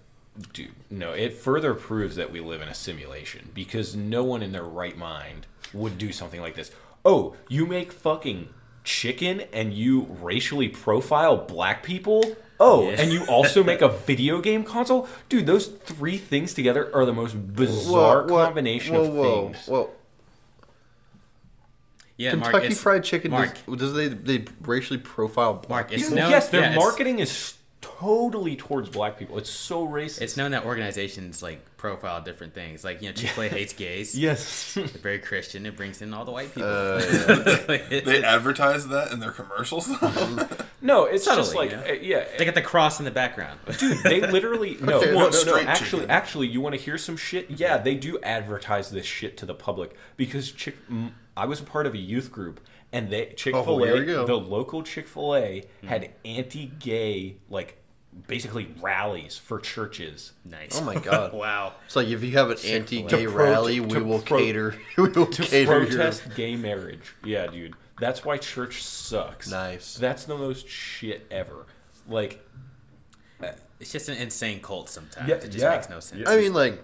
Speaker 1: dude. No, it further proves that we live in a simulation because no one in their right mind would do something like this. Oh, you make fucking chicken and you racially profile black people. Oh,
Speaker 2: Yeah.
Speaker 1: and you also make a video game console, dude. Those three things together are the most bizarre
Speaker 3: what-
Speaker 1: combination
Speaker 3: whoa,
Speaker 1: of
Speaker 3: whoa,
Speaker 1: things.
Speaker 3: Whoa,
Speaker 2: yeah,
Speaker 3: Kentucky
Speaker 2: Mark, it's,
Speaker 3: Fried Chicken.
Speaker 2: Mark,
Speaker 3: Does, does they they racially profile black?
Speaker 2: Mark, it's
Speaker 1: Yeah,
Speaker 2: known.
Speaker 1: yes, their
Speaker 2: yeah, it's-
Speaker 1: marketing is totally towards black people. It's so racist.
Speaker 2: It's known that organizations like profile different things. Like you know, Chick Fil A hates gays.
Speaker 1: yes.
Speaker 2: They're very Christian. It brings in all the white people.
Speaker 1: Uh.
Speaker 4: They advertise that in their commercials.
Speaker 1: no, it's just
Speaker 2: Subtly,
Speaker 1: like
Speaker 2: yeah.
Speaker 1: uh, yeah.
Speaker 2: they got the cross in the background.
Speaker 1: they literally no,
Speaker 3: Okay,
Speaker 1: no, no, no.
Speaker 4: straight
Speaker 1: Actually,
Speaker 4: chicken.
Speaker 1: actually, you want to hear some shit? Yeah, they do advertise this shit to the public because Chick. mm, I was a part of a youth group, and they Chick Fil
Speaker 3: Oh, here we go.
Speaker 1: A, the local Chick Fil A, had anti-gay like basically rallies for churches.
Speaker 2: nice.
Speaker 3: Oh my God.
Speaker 2: wow.
Speaker 3: It's like if you have an anti-gay
Speaker 1: To pro-
Speaker 3: rally,
Speaker 1: to
Speaker 3: we will
Speaker 1: pro-
Speaker 3: cater. we will
Speaker 1: to
Speaker 3: cater your-
Speaker 1: protest gay marriage. Yeah, dude. That's why church sucks.
Speaker 3: Nice.
Speaker 1: That's the most shit ever. Like,
Speaker 2: It's just an insane cult sometimes.
Speaker 1: Yeah,
Speaker 2: it just
Speaker 1: yeah.
Speaker 2: makes no sense.
Speaker 1: Yeah.
Speaker 3: I mean, like,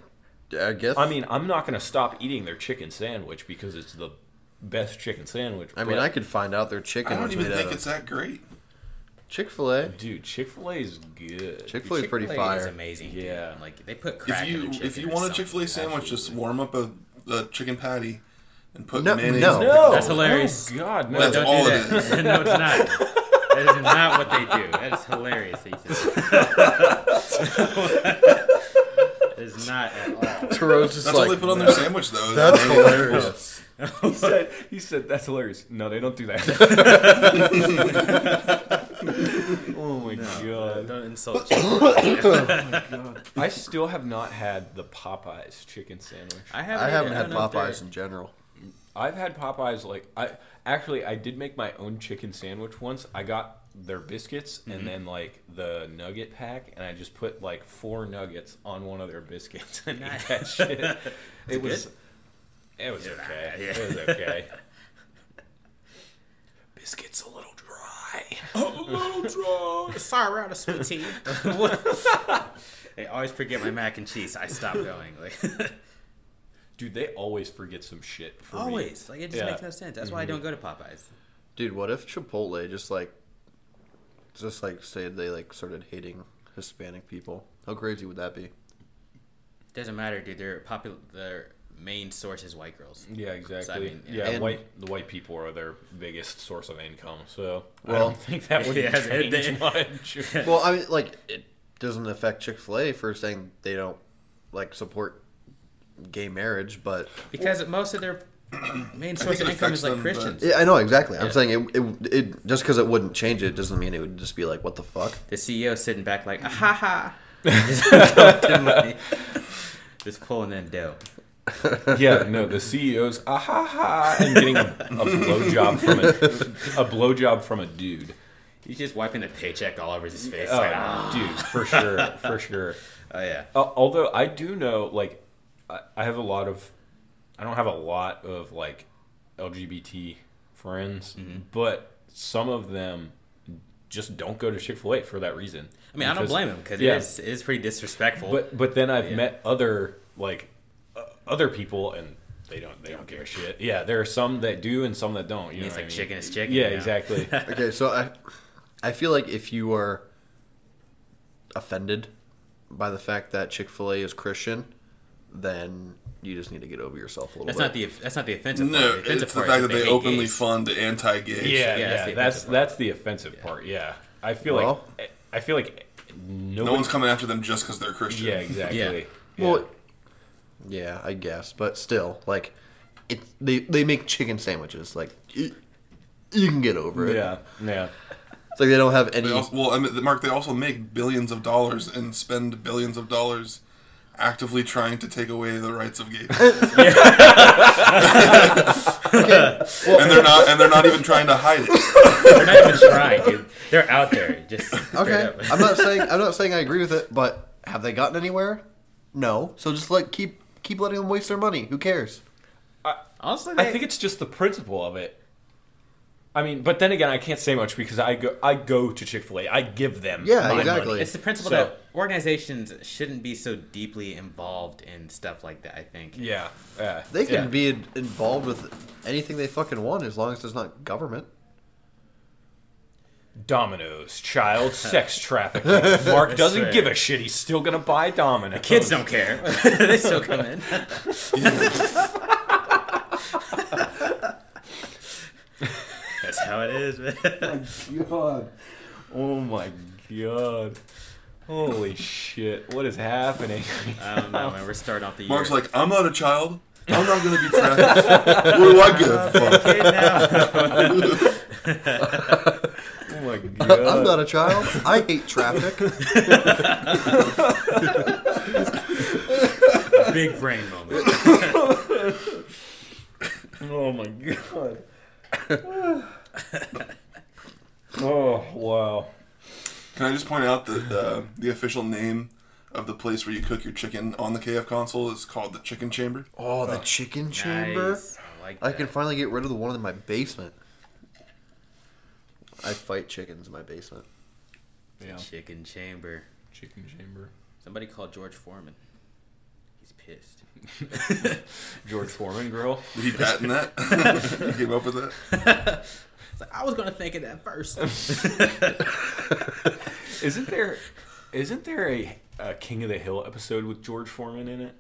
Speaker 3: I guess.
Speaker 1: I mean, I'm not gonna stop eating their chicken sandwich because it's the best chicken sandwich.
Speaker 3: I mean,
Speaker 1: but-
Speaker 3: I could find out their
Speaker 4: I
Speaker 3: chicken
Speaker 4: don't
Speaker 3: was
Speaker 4: even
Speaker 3: made
Speaker 4: think
Speaker 3: out
Speaker 4: it's
Speaker 3: of
Speaker 4: that great.
Speaker 3: Chick Fil A.
Speaker 1: dude, Chick Fil A is good.
Speaker 3: Chick Fil A is pretty
Speaker 2: Chick-fil-A Is
Speaker 3: fire.
Speaker 2: amazing.
Speaker 1: Yeah.
Speaker 2: Yeah. Like they put crack
Speaker 4: If
Speaker 2: in
Speaker 4: you
Speaker 2: their chicken
Speaker 4: if you
Speaker 2: or
Speaker 4: want a
Speaker 2: something.
Speaker 4: Chick Fil A sandwich, just warm up a, a chicken patty and put
Speaker 3: No,
Speaker 4: mayonnaise.
Speaker 3: no.
Speaker 4: on it.
Speaker 1: no,
Speaker 2: That's hilarious.
Speaker 1: Oh, God, no.
Speaker 4: That's
Speaker 2: don't
Speaker 4: all
Speaker 2: do
Speaker 4: it
Speaker 2: that. no, it's not. That is not what they do. That is hilarious. That you said that. That is not at all.
Speaker 3: Tyrone's just
Speaker 4: That's all
Speaker 3: like,
Speaker 4: they put on their sandwich though. is
Speaker 3: that's
Speaker 4: mayonnaise.
Speaker 3: hilarious.
Speaker 1: he said. He said that's hilarious. No, they don't do that. oh my god.
Speaker 2: Don't insult. Chick-fil-A.
Speaker 1: I still have not had the Popeyes chicken sandwich.
Speaker 2: I haven't,
Speaker 3: I haven't
Speaker 2: I
Speaker 3: had
Speaker 2: don't know if they're-
Speaker 3: Popeyes in general.
Speaker 1: I've had Popeyes like I actually I did make my own chicken sandwich once. I got their biscuits
Speaker 2: Mm-hmm.
Speaker 1: and then like the nugget pack, and I just put like four nuggets on one of their biscuits and ate that
Speaker 2: Nice.
Speaker 1: shit. it,
Speaker 2: it
Speaker 1: was
Speaker 2: good?
Speaker 1: it was okay.
Speaker 2: yeah.
Speaker 1: It was okay. biscuits a little dry.
Speaker 2: Sorry, out of sweet tea. I always forget my mac and cheese. I stop going. Like
Speaker 1: Dude, they always forget some shit
Speaker 4: Oh,
Speaker 1: for
Speaker 2: always, like it just
Speaker 1: Yeah.
Speaker 2: makes no sense. That's why I don't go to Popeyes.
Speaker 3: Dude, what if Chipotle just like, just like say they like started hating Hispanic people? How crazy would that be?
Speaker 2: Doesn't matter, dude. Their popular, their main source is white girls.
Speaker 1: me. Yeah, exactly.
Speaker 2: mean,
Speaker 1: yeah,
Speaker 3: and-
Speaker 1: white the white people are their biggest source of income, so I
Speaker 3: Well-
Speaker 1: don't think that would
Speaker 2: Yeah,
Speaker 1: change
Speaker 2: they-
Speaker 1: much.
Speaker 3: Well, I mean, like it doesn't affect Chick Fil A for saying they don't like support gay marriage, but
Speaker 2: Because most of their main source
Speaker 4: it
Speaker 2: of income
Speaker 4: affects
Speaker 2: is like
Speaker 4: them, but-
Speaker 2: Christians.
Speaker 3: yeah, I know exactly. I'm saying it, it, it just because it wouldn't change it doesn't mean it would just be like what the fuck.
Speaker 2: The CEO sitting back like, ah, ha ha. Just, just pulling in dough.
Speaker 1: Yeah, no, the CEO's ah ha ha and getting a, a blowjob from a, a blowjob from a dude.
Speaker 2: He's just wiping the paycheck all over his face.
Speaker 1: Oh,
Speaker 2: like, ah.
Speaker 1: dude, for sure, for sure.
Speaker 2: Oh yeah.
Speaker 1: Uh, although I do know, like, I, I have a lot of, I don't have a lot of like LGBT friends,
Speaker 2: Mm-hmm.
Speaker 1: but some of them just don't go to Chick Fil A for that reason.
Speaker 2: I mean, I don't
Speaker 1: Because-
Speaker 2: blame him because
Speaker 1: Yeah.
Speaker 2: it, is, it is pretty disrespectful.
Speaker 1: But but then I've met other like uh, other people and they don't they don't give a shit. Yeah, there are some that do and some that don't. You know
Speaker 2: It's
Speaker 1: what I
Speaker 2: like
Speaker 1: mean?
Speaker 2: chicken is chicken,
Speaker 1: Yeah,
Speaker 2: you know?
Speaker 1: exactly.
Speaker 3: Okay, so I, I feel like if you are offended by the fact that Chick Fil A is Christian, then you just need to get over yourself a little
Speaker 2: That's
Speaker 3: bit.
Speaker 2: not the that's not the offensive part.
Speaker 4: No,
Speaker 2: The offensive
Speaker 4: it's the
Speaker 2: part
Speaker 4: fact
Speaker 2: is
Speaker 4: that they
Speaker 2: hate
Speaker 4: openly
Speaker 2: gays.
Speaker 4: fund the anti-gay.
Speaker 1: Yeah, yeah,
Speaker 4: shit.
Speaker 1: that's the that's,
Speaker 2: offensive
Speaker 1: the offensive part. Yeah, I feel
Speaker 3: Well-
Speaker 1: like I feel like no,
Speaker 4: No
Speaker 1: one-
Speaker 4: one's coming after them just because they're Christian.
Speaker 1: Yeah, exactly.
Speaker 2: Yeah.
Speaker 3: Well, yeah, I guess, but still, like, it they they make chicken sandwiches. Like, y- you can get over
Speaker 1: yeah,
Speaker 3: it.
Speaker 1: yeah, yeah.
Speaker 3: It's like they don't have any.
Speaker 4: They also, well, I mean, Mark, they also make billions of dollars and spend billions of dollars actively trying to take away the rights of gay people. and they're not, and they're not even trying to hide it.
Speaker 2: They're not even trying, dude. They're out there. Just straight
Speaker 3: okay,
Speaker 2: up.
Speaker 3: I'm not saying I'm not saying I agree with it, but have they gotten anywhere? No. So just like keep keep letting them waste their money. Who cares?
Speaker 2: Honestly,
Speaker 1: I think it's just the principle of it. I mean, but then again, I can't say much because I go I go to Chick Fil A. I give them
Speaker 3: Yeah,
Speaker 1: my
Speaker 3: exactly.
Speaker 1: money.
Speaker 2: it's the principle
Speaker 1: So-
Speaker 2: that organizations shouldn't be so deeply involved in stuff like that. I think.
Speaker 1: Yeah, yeah.
Speaker 3: They can
Speaker 2: Yeah.
Speaker 3: be in- involved with anything they fucking want as long as it's not government.
Speaker 1: Dominoes, child sex trafficking. Mark doesn't
Speaker 2: right.
Speaker 1: give a shit. He's still gonna buy Dominoes.
Speaker 2: Kids don't care. they still come in. That's how it is, man.
Speaker 1: Oh my god. Holy shit! What is happening?
Speaker 2: I don't know, man. We're starting off the year.
Speaker 4: Mark's like, I'm not a child. I'm not going to be trafficked. what do I give a fuck?
Speaker 2: Kid now.
Speaker 1: Oh my god.
Speaker 3: I'm not a child. I hate traffic.
Speaker 2: Big brain moment.
Speaker 1: Oh my god. oh wow.
Speaker 4: Can I just point out that uh, the official name of the place where you cook your chicken on the KF console is called the Chicken Chamber?
Speaker 3: Oh, the chicken chamber.
Speaker 2: Nice. I like that.
Speaker 3: I can finally get rid of the one in my basement. I fight chickens in my basement.
Speaker 1: Yeah.
Speaker 2: Chicken chamber.
Speaker 1: Chicken chamber.
Speaker 2: Somebody called George Foreman. He's pissed.
Speaker 1: George Foreman grill.
Speaker 4: Did he patent that? he came up with that?
Speaker 2: It's like, I was gonna think of that first.
Speaker 1: Isn't there isn't there a, a King of the Hill episode with George Foreman in it?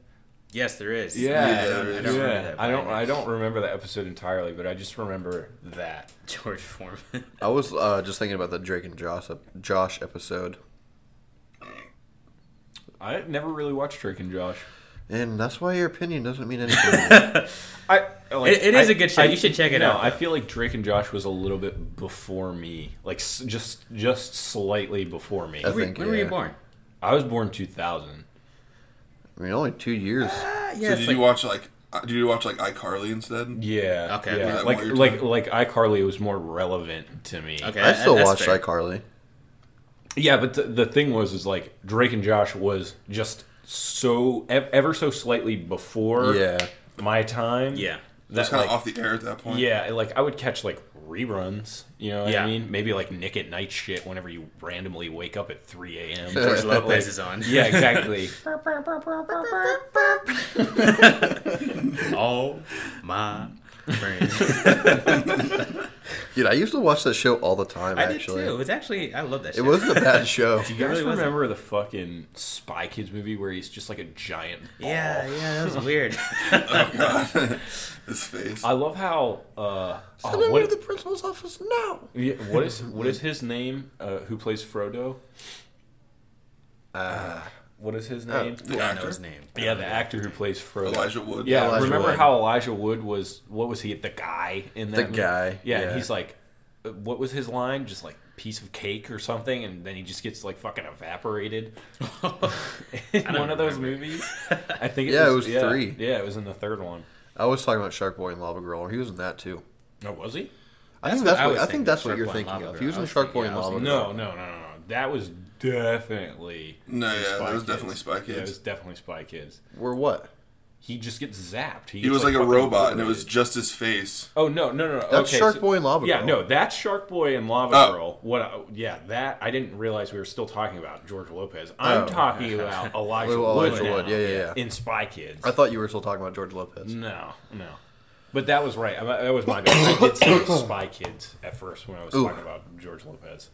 Speaker 2: yes, there is.
Speaker 4: Yeah,
Speaker 2: I don't, I don't
Speaker 1: yeah.
Speaker 2: remember that.
Speaker 1: I don't
Speaker 2: by name.
Speaker 1: I don't remember that episode entirely, but I just remember that.
Speaker 2: George Foreman.
Speaker 3: I was uh, just thinking about the Drake and Josh, Josh episode,
Speaker 1: I never really watched Drake and Josh.
Speaker 3: and that's why your opinion doesn't mean anything.
Speaker 1: I like,
Speaker 2: It- it is
Speaker 1: a
Speaker 2: a good show. You should check it out,
Speaker 1: I
Speaker 2: though.
Speaker 1: feel like Drake and Josh was a little bit before me, like s- just just slightly before me.
Speaker 3: I
Speaker 2: When,
Speaker 3: think,
Speaker 2: when were you
Speaker 3: yeah.
Speaker 2: born?
Speaker 1: I was born 2000.
Speaker 3: I mean, only two years.
Speaker 2: Uh,
Speaker 4: So did you watch like? uh, Did you watch like iCarly instead?
Speaker 1: Yeah.
Speaker 2: Okay. Was
Speaker 1: Yeah.
Speaker 4: that
Speaker 1: Like
Speaker 4: what you're
Speaker 1: like like iCarly was more relevant to me.
Speaker 2: okay,
Speaker 3: I still
Speaker 2: that's
Speaker 3: watched
Speaker 2: fair.
Speaker 3: iCarly.
Speaker 1: Yeah, but the, the thing was is like Drake and Josh was just so ev- ever so slightly before
Speaker 3: Yeah.
Speaker 1: my time.
Speaker 2: Yeah.
Speaker 1: That,
Speaker 4: It's kind of
Speaker 1: like,
Speaker 4: off the air at that point.
Speaker 1: Yeah, like I would catch like reruns. You know what
Speaker 2: Yeah.
Speaker 1: I mean? Maybe like Nick at Night shit whenever you randomly wake up at 3 a.m.
Speaker 2: George Lopez is on.
Speaker 1: yeah, exactly.
Speaker 2: oh my brain.
Speaker 3: Dude, I used to watch that show all the time.
Speaker 2: I did too.
Speaker 3: actually,
Speaker 2: It was actually I love that.
Speaker 3: it
Speaker 2: show.
Speaker 3: wasn't a bad show.
Speaker 1: Do you guys
Speaker 2: really wasn't.
Speaker 1: remember the fucking Spy Kids movie where he's just like a giant ball?
Speaker 2: Yeah, yeah, that was weird.
Speaker 4: His face.
Speaker 1: I love how uh oh,
Speaker 3: Come over
Speaker 1: what,
Speaker 3: to the principal's office now.
Speaker 1: yeah, what is what is his name uh, who plays Frodo?
Speaker 3: Uh,
Speaker 1: What is his name?
Speaker 4: the
Speaker 2: I don't know
Speaker 4: actor,
Speaker 2: his name.
Speaker 1: yeah, the actor who plays Frodo.
Speaker 4: Elijah Wood.
Speaker 1: Yeah,
Speaker 3: Elijah
Speaker 1: remember
Speaker 3: Wood.
Speaker 1: how Elijah Wood was? What was he? The guy in that.
Speaker 3: The
Speaker 1: movie?
Speaker 3: guy,
Speaker 1: Yeah, and
Speaker 3: yeah.
Speaker 1: he's like, uh, what was his line? Just like piece of cake or something, and then he just gets like fucking evaporated. in
Speaker 2: don't
Speaker 1: one of those
Speaker 2: remember.
Speaker 1: movies, I think. It
Speaker 3: Yeah,
Speaker 1: was,
Speaker 3: it was three.
Speaker 1: Yeah, it was in the third one.
Speaker 3: I was talking about Shark Boy and Lava Girl. He was in that too.
Speaker 1: No, Oh, was he?
Speaker 3: I think
Speaker 2: what
Speaker 3: that's
Speaker 2: I
Speaker 3: what,
Speaker 2: was
Speaker 3: I think
Speaker 2: thinking,
Speaker 3: that's what
Speaker 2: Shark
Speaker 3: you're
Speaker 2: Boy and
Speaker 3: thinking
Speaker 2: Lava
Speaker 3: of.
Speaker 2: Girl.
Speaker 3: He was
Speaker 2: I
Speaker 3: in
Speaker 2: was
Speaker 3: Shark
Speaker 2: thinking-
Speaker 3: Boy
Speaker 2: I
Speaker 3: and
Speaker 2: was
Speaker 4: Oh,
Speaker 3: Lava
Speaker 2: thinking-
Speaker 3: Girl.
Speaker 1: No, no, no, no, no. That was definitely.
Speaker 4: No, yeah, that
Speaker 1: Spy
Speaker 4: was definitely Spy Kids.
Speaker 1: Yeah, it was definitely Spy Kids.
Speaker 3: We're what?
Speaker 1: He just gets zapped.
Speaker 4: he was
Speaker 1: gets,
Speaker 4: like, a
Speaker 1: fucking
Speaker 4: robot, and it was
Speaker 1: obliterated.
Speaker 4: just his face.
Speaker 1: Oh no, no, no, no.
Speaker 3: That's
Speaker 1: okay,
Speaker 3: Shark
Speaker 1: so-
Speaker 3: Boy and Lava
Speaker 1: Yeah,
Speaker 3: Girl.
Speaker 1: no, that's Shark Boy and Lava
Speaker 4: Oh.
Speaker 1: Girl. What? I, yeah, that I didn't realize we were still talking about George Lopez. I'm
Speaker 3: Oh.
Speaker 1: talking about Elijah
Speaker 3: Well,
Speaker 1: Wood.
Speaker 3: Elijah
Speaker 1: now
Speaker 3: Wood, yeah, yeah, yeah.
Speaker 1: In Spy Kids.
Speaker 3: I thought you were still talking about George Lopez.
Speaker 1: no, no. But that was right. I, that was my bad. I did say Spy Kids at first when I was
Speaker 3: Ooh.
Speaker 1: talking about George Lopez.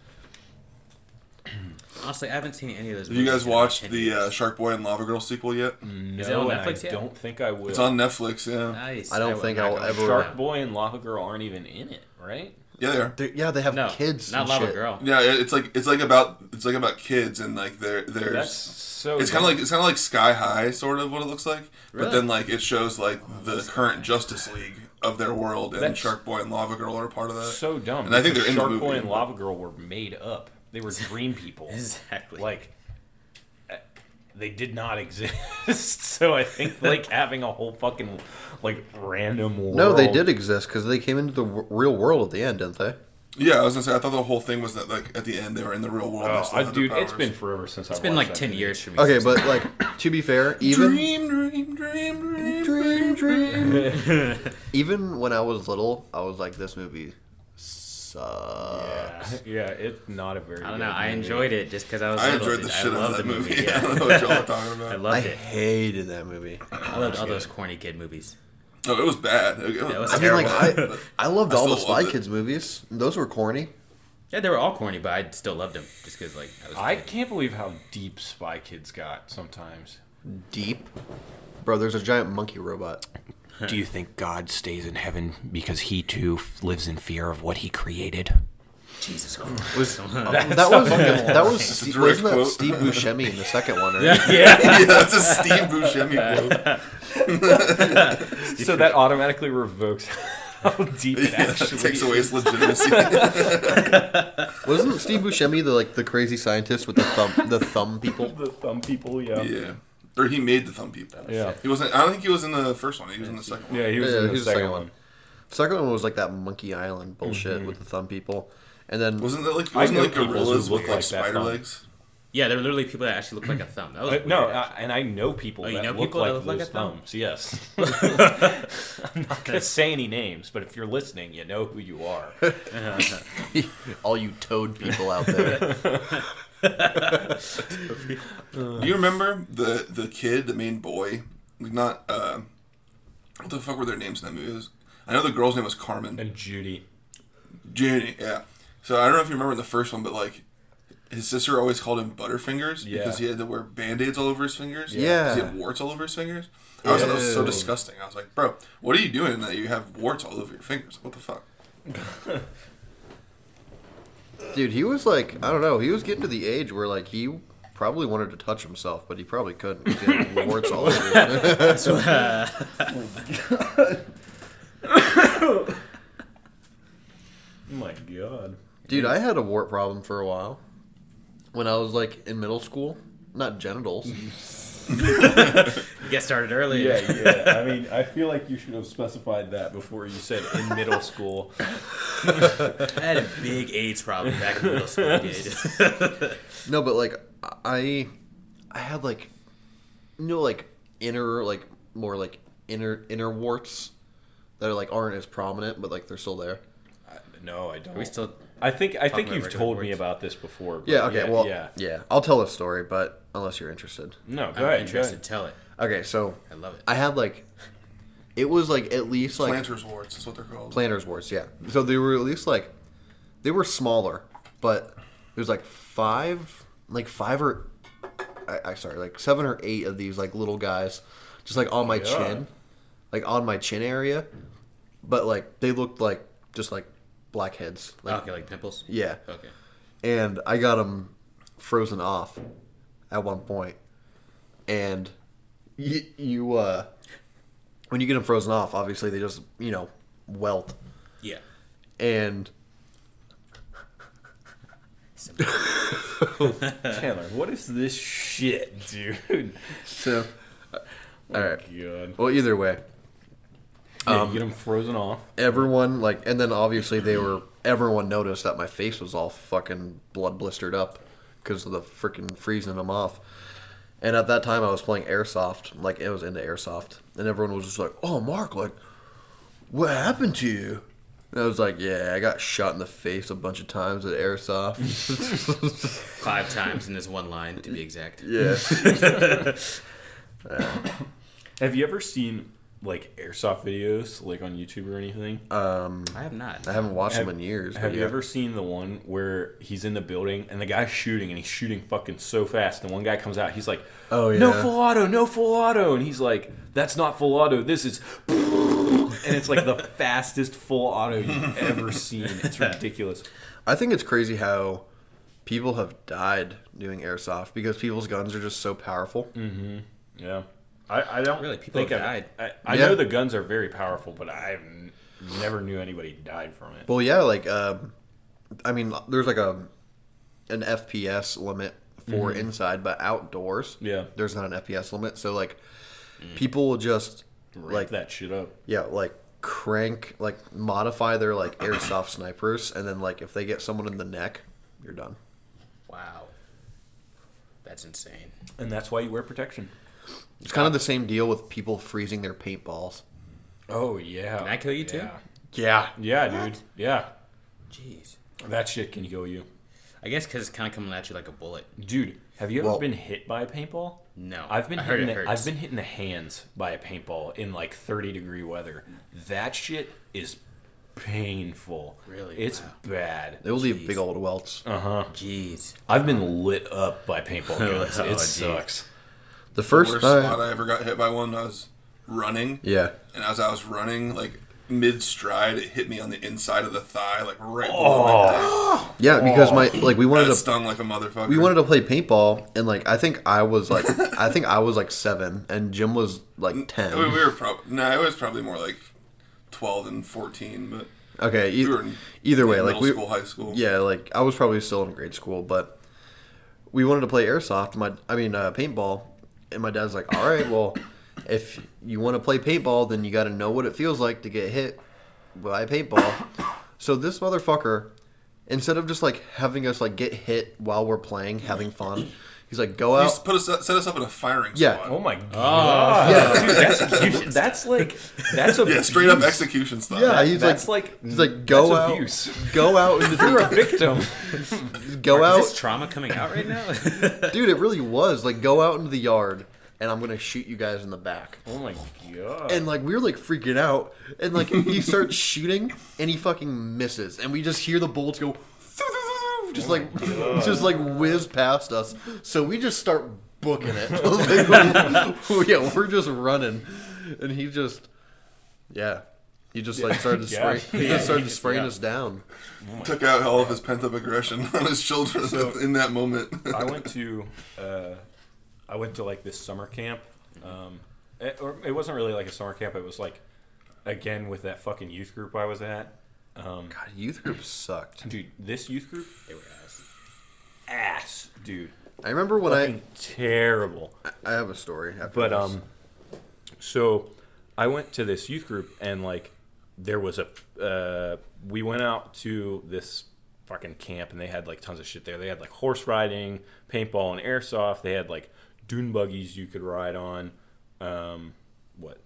Speaker 2: Honestly, I haven't seen any of those.
Speaker 4: Have you
Speaker 2: movies
Speaker 4: guys
Speaker 2: in
Speaker 4: watched
Speaker 2: 10
Speaker 4: the
Speaker 2: years.
Speaker 4: uh, Shark Boy and Lava Girl sequel yet?
Speaker 1: No,
Speaker 2: Is it on
Speaker 1: and
Speaker 2: Netflix
Speaker 1: I
Speaker 2: yet?
Speaker 1: don't think I will.
Speaker 4: It's on Netflix. Yeah,
Speaker 2: Nice.
Speaker 3: I don't
Speaker 2: would
Speaker 3: think
Speaker 2: not
Speaker 3: I'll
Speaker 2: go
Speaker 3: ever-
Speaker 2: watch
Speaker 1: Shark
Speaker 2: that.
Speaker 1: Boy and Lava Girl aren't even in it, right?
Speaker 4: yeah, they are.
Speaker 3: They're, yeah, they have
Speaker 2: No,
Speaker 3: kids.
Speaker 2: Not
Speaker 3: and
Speaker 2: Lava
Speaker 3: shit.
Speaker 2: Girl.
Speaker 4: Yeah, it- it's like it's like about it's like about kids and like there there's
Speaker 1: That's so.
Speaker 4: it's kind of like it's kind of like Sky High sort of what it looks like, but
Speaker 2: Really?
Speaker 4: then like it shows like the current Justice League of their world and
Speaker 1: That's-
Speaker 4: Shark Boy and Lava Girl are a part of that.
Speaker 1: so dumb.
Speaker 4: And I think
Speaker 1: because
Speaker 4: they're in the
Speaker 1: Shark
Speaker 4: movie.
Speaker 1: Boy and Lava Girl were made up. They were dream people.
Speaker 2: Exactly.
Speaker 1: like uh, they did not exist. so I think like having a whole fucking like random world.
Speaker 3: No, they did exist because they came into the w- real world at the end, didn't they?
Speaker 4: yeah, I was gonna say I thought the whole thing was that like at the end they were in the real world. and they
Speaker 1: Oh,
Speaker 4: still
Speaker 1: I,
Speaker 4: had their
Speaker 1: dude, it's
Speaker 4: powers.
Speaker 1: been forever since
Speaker 2: it's been like ten years for me.
Speaker 3: Okay,
Speaker 2: since-
Speaker 3: but like to be fair, even
Speaker 4: dream, dream, dream, dream,
Speaker 3: dream,
Speaker 4: dream,
Speaker 3: dream.
Speaker 1: years.
Speaker 3: even when I was little, I was like, this movie sucks.
Speaker 1: yeah, it's not a very.
Speaker 2: I don't know. I enjoyed it just because I was.
Speaker 4: I
Speaker 2: little,
Speaker 4: enjoyed the
Speaker 2: dude.
Speaker 4: shit
Speaker 2: I
Speaker 4: out of
Speaker 2: loved
Speaker 4: that
Speaker 2: the
Speaker 4: movie.
Speaker 2: movie.
Speaker 4: I don't know
Speaker 2: Yeah.
Speaker 4: what y'all are talking about.
Speaker 2: I
Speaker 3: I
Speaker 2: loved it.
Speaker 3: hated that movie.
Speaker 2: I loved all those corny kid movies.
Speaker 4: No, it was bad. It,
Speaker 2: it
Speaker 4: was
Speaker 2: was
Speaker 3: I mean, like,
Speaker 4: terrible.
Speaker 3: I, I loved
Speaker 4: I
Speaker 3: all the
Speaker 4: still
Speaker 3: Sly
Speaker 4: loved it.
Speaker 3: Kids movies. Those were corny.
Speaker 2: Yeah, they were all corny, but I still loved them just because like I was. a
Speaker 1: I
Speaker 2: kid.
Speaker 1: can't believe how deep Spy Kids got sometimes.
Speaker 3: Deep. Bro, there's a giant monkey robot.
Speaker 1: Do you think God stays in heaven because he too lives in fear of what he created?
Speaker 2: Jesus Christ.
Speaker 3: Was, that
Speaker 1: That's
Speaker 3: was
Speaker 1: a fucking-
Speaker 3: that was
Speaker 4: a
Speaker 3: Steve, wasn't
Speaker 4: direct
Speaker 3: that
Speaker 4: quote.
Speaker 3: Steve Buscemi in the second one? Right?
Speaker 2: yeah.
Speaker 4: yeah, that's a Steve Buscemi quote.
Speaker 1: So that automatically revokes how deep it
Speaker 4: Yeah, that
Speaker 1: actually
Speaker 4: takes away its legitimacy. yeah,
Speaker 3: Wasn't Steve Buscemi the like the crazy scientist with the thumb the thumb people?
Speaker 1: The thumb people, yeah. Yeah.
Speaker 4: or he made the thumb people.
Speaker 1: Yeah,
Speaker 4: He wasn't. I don't think he was in the first one. He was in the second one.
Speaker 1: he was
Speaker 3: Yeah,
Speaker 1: in
Speaker 3: he
Speaker 1: the
Speaker 3: was the
Speaker 1: second,
Speaker 3: second
Speaker 1: one.
Speaker 3: one. Second one was like that Monkey Island bullshit with the thumb people, and then
Speaker 4: Wasn't that like
Speaker 1: I
Speaker 4: wasn't
Speaker 1: know
Speaker 4: like
Speaker 1: people who
Speaker 4: gorillas
Speaker 1: look
Speaker 4: with like,
Speaker 1: like that
Speaker 4: spider
Speaker 1: thumb.
Speaker 4: legs?
Speaker 2: yeah, there were literally people that actually looked like a thumb. That was
Speaker 1: Uh,
Speaker 2: weird,
Speaker 1: no,
Speaker 2: actually.
Speaker 1: I, and I know people
Speaker 2: Oh, you
Speaker 1: that
Speaker 2: know
Speaker 1: look
Speaker 2: people
Speaker 1: like
Speaker 2: that look like
Speaker 1: loose
Speaker 2: a thumb?
Speaker 1: thumbs. Yes. I'm not gonna say any names, but if you're listening, you know who you are.
Speaker 3: all you toad people out there.
Speaker 4: Do you remember the the kid, the main boy? Like not. Uh, what the fuck were their names in that movie? It was- I know the girl's name was Carmen.
Speaker 1: And Judy.
Speaker 4: Judy, yeah. So I don't know if you remember in the first one, but like his sister always called him Butterfingers
Speaker 1: Yeah.
Speaker 4: because he had to wear band-aids all over his fingers.
Speaker 3: Yeah.
Speaker 4: 'Cause He had warts all over his fingers. I was, that was so
Speaker 3: Ew.
Speaker 4: disgusting. I was like, bro, what are you doing that you have warts all over your fingers? What the fuck?
Speaker 3: Dude, he was like I don't know. He was getting to the age where like he probably wanted to touch himself, but he probably couldn't. 'cause He had warts all over. his-
Speaker 1: Oh my god.
Speaker 3: Dude, I had a wart problem for a while when I was like in middle school. Not genitals.
Speaker 2: You get started early.
Speaker 1: Yeah, yeah. I mean, I feel like you should have specified that before you said in middle school.
Speaker 2: I had a big AIDS problem back in middle school, dude.
Speaker 3: No, but like I, I had like, you know, like inner, like more like inner inner warts that are like aren't as prominent, but like they're still there.
Speaker 1: No, I don't.
Speaker 2: we still
Speaker 1: I think I think
Speaker 2: about
Speaker 1: you've
Speaker 2: regular
Speaker 1: told me
Speaker 2: words.
Speaker 1: about this before. but
Speaker 3: Yeah. Okay. well.
Speaker 1: yeah.
Speaker 3: Yeah. I'll tell a story, but unless you're interested.
Speaker 2: I'm
Speaker 1: No, go ahead. go
Speaker 2: interested.
Speaker 1: ahead.
Speaker 2: Tell it.
Speaker 3: Okay. So
Speaker 2: I love it.
Speaker 3: I had like, it was like at least like
Speaker 4: Planters warts is what they're called.
Speaker 3: planters warts. Yeah. So they were at least like, they were smaller, but there's like five, like five or, I, I sorry, like seven or eight of these like little guys, just like on my chin, like on my chin area, but like they looked like just like blackheads. Like
Speaker 2: okay, like pimples.
Speaker 3: yeah
Speaker 2: Okay.
Speaker 3: and I got them frozen off at one point. And you, you uh, when you get them frozen off, obviously they just you know welt.
Speaker 2: Yeah.
Speaker 3: And
Speaker 1: Chandler, what is this shit, dude? Oh
Speaker 3: so, all right. Um,
Speaker 1: God.
Speaker 3: Well, either way,
Speaker 1: Yeah, you get them frozen off.
Speaker 3: everyone like, and then obviously they were. Everyone noticed that my face was all fucking blood blistered up because of the freaking freezing them off. And at that time, I was playing airsoft. Like it was into airsoft, and everyone was just like, "Oh, Mark, like, what happened to you?" And I was like, "Yeah, I got shot in the face a bunch of times at airsoft."
Speaker 2: Five times in this one line, to be exact.
Speaker 3: yeah,
Speaker 1: Have you ever seen like airsoft videos like on YouTube or anything?
Speaker 3: Um,
Speaker 2: I have not.
Speaker 3: I haven't watched
Speaker 1: Have-
Speaker 3: them in years.
Speaker 1: Have
Speaker 3: but
Speaker 1: you
Speaker 3: yeah.
Speaker 1: ever seen the one where he's in the building and the guy's shooting and he's shooting fucking so fast and one guy comes out he's like,
Speaker 3: Oh,
Speaker 1: no
Speaker 3: yeah.
Speaker 1: full auto, no full auto," and he's like, "That's not full auto. This is," and it's like the fastest full auto you've ever seen. It's ridiculous.
Speaker 3: I think it's crazy how people have died doing airsoft because people's guns are just so powerful.
Speaker 1: Yeah, I, I don't
Speaker 2: Really, people
Speaker 1: think
Speaker 2: have
Speaker 1: I've-
Speaker 2: died.
Speaker 1: I, I
Speaker 3: Yeah.
Speaker 1: know the guns are very powerful, but I n- never knew anybody died from it.
Speaker 3: Well, yeah, like um, I mean, there's like a an FPS limit for inside, but outdoors,
Speaker 1: Yeah.
Speaker 3: there's not an FPS limit. So like, people will just
Speaker 1: Ramp
Speaker 3: like
Speaker 1: that shit up.
Speaker 3: yeah, like crank, like modify their like airsoft snipers, and then like if they get someone in the neck, you're done.
Speaker 2: Wow. That's insane.
Speaker 1: And that's why you wear protection.
Speaker 3: It's kind of the same deal with people freezing their paintballs.
Speaker 1: Oh yeah.
Speaker 2: Can I kill you, too?
Speaker 1: Yeah.
Speaker 3: Yeah,
Speaker 1: Yeah, dude. Yeah.
Speaker 2: Jeez.
Speaker 1: That shit can kill you.
Speaker 2: I guess because it's kind of coming at you like a bullet.
Speaker 1: Dude, have you ever
Speaker 3: Well-
Speaker 1: been hit by a paintball?
Speaker 2: No.
Speaker 1: I've been
Speaker 2: I heard
Speaker 1: hitting
Speaker 2: it
Speaker 1: the,
Speaker 2: hurts.
Speaker 1: I've been hitting the hands by a paintball in like 30 degree weather. That shit is painful.
Speaker 2: Really?
Speaker 1: It's
Speaker 2: Wow.
Speaker 1: bad.
Speaker 3: they will leave big old welts.
Speaker 2: Jeez.
Speaker 1: I've been lit up by paintball guns.
Speaker 2: Oh,
Speaker 1: it
Speaker 2: geez.
Speaker 1: sucks.
Speaker 3: The first
Speaker 4: Worst
Speaker 3: time,
Speaker 4: spot I ever got hit by one. I was running,
Speaker 3: yeah.
Speaker 4: and as I was running, like mid stride, it hit me on the inside of the thigh, like right below my
Speaker 1: Oh.
Speaker 4: thigh.
Speaker 3: Yeah, because my like we wanted
Speaker 4: That
Speaker 3: to
Speaker 4: stung like a motherfucker.
Speaker 3: we wanted to play paintball and like I think I was like I think I was like seven and Jim was like ten.
Speaker 4: I mean, we were probably no, it was probably more like twelve and fourteen, but
Speaker 3: okay, e-
Speaker 4: we were in
Speaker 3: either way,
Speaker 4: middle
Speaker 3: like we
Speaker 4: school, high school.
Speaker 3: yeah, like I was probably still in grade school, but we wanted to play airsoft. My I mean uh, paintball, and my dad's like, all right, well, if you want to play paintball, then you got to know what it feels like to get hit by a paintball. so this motherfucker, instead of just like having us like get hit while we're playing, having fun, he's like, go
Speaker 4: He
Speaker 3: out.
Speaker 4: just put us set us up in a firing
Speaker 3: Yeah.
Speaker 4: squad.
Speaker 1: Oh my god.
Speaker 3: Yeah.
Speaker 1: Dude, that's, that's like that's a
Speaker 4: Yeah, straight up execution style.
Speaker 3: Yeah, he's
Speaker 1: That's
Speaker 3: like,
Speaker 1: like,
Speaker 3: he's like go
Speaker 1: that's
Speaker 3: out,
Speaker 1: abuse.
Speaker 3: go out into
Speaker 1: You're a
Speaker 3: the
Speaker 1: victim.
Speaker 3: go
Speaker 2: Is this
Speaker 3: out,
Speaker 2: trauma coming out right now?
Speaker 3: dude. It really was like go out into the yard, and I'm gonna shoot you guys in the back.
Speaker 1: Oh my god.
Speaker 3: And like we were like freaking out, and like he starts shooting, and he fucking misses, and we just hear the bullets go, just like
Speaker 1: Oh
Speaker 3: just like whiz past us. So we just start booking it. Like, yeah, we're just running, and he just, yeah. He just like started to
Speaker 1: Yeah.
Speaker 3: spray. He
Speaker 1: Yeah,
Speaker 3: just started
Speaker 1: he just-
Speaker 3: spraying
Speaker 1: yeah.
Speaker 3: us down.
Speaker 4: Took out all of his pent up aggression on his children in that moment.
Speaker 1: I went to uh, I went to like this summer camp. Um, it, or it wasn't really like a summer camp. It was like again with that fucking youth group I was at.
Speaker 3: God, youth group sucked.
Speaker 1: Dude, this youth group
Speaker 2: They were ass.
Speaker 1: ass, dude,
Speaker 3: I remember when I
Speaker 1: fucking terrible.
Speaker 3: I have a story. After
Speaker 1: But
Speaker 3: this.
Speaker 1: um, so I went to this youth group and like there was a uh, we went out to this fucking camp and they had like tons of shit there. They had like horse riding, paintball, and airsoft. They had like dune buggies you could ride on. Um, what?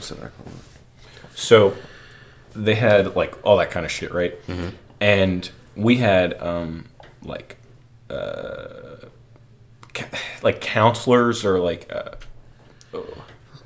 Speaker 3: Sit back.
Speaker 1: So they had like all that kind of shit, right? And we had um, like uh, ca- like counselors or like uh,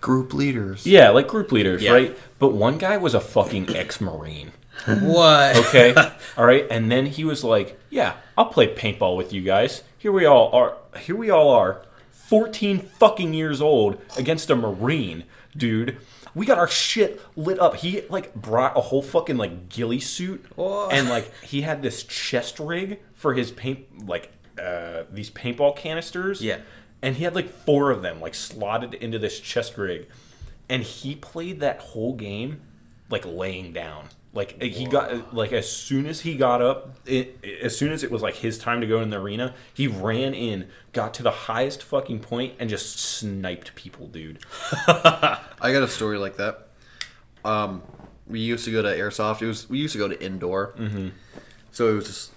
Speaker 3: group leaders.
Speaker 1: yeah, like group leaders,
Speaker 2: Yeah.
Speaker 1: right? But one guy was a fucking ex-marine.
Speaker 2: What?
Speaker 1: Okay, all right, and then he was like, "Yeah, I'll play paintball with you guys." Here we all are. Here we all are, fourteen fucking years old against a marine, dude. We got our shit lit up. He like brought a whole fucking like ghillie suit,
Speaker 2: Whoa.
Speaker 1: and like he had this chest rig for his paint like uh, these paintball canisters.
Speaker 2: Yeah.
Speaker 1: and he had like four of them like slotted into this chest rig, and he played that whole game like laying down. Like uh, he got like as soon as he got up, it, as soon as it was like his time to go in the arena, he ran in, got to the highest fucking point, and just sniped people, dude.
Speaker 3: I got a story like that. Um, we used to go to airsoft. It was we used to go to indoor. Mm-hmm. So it was just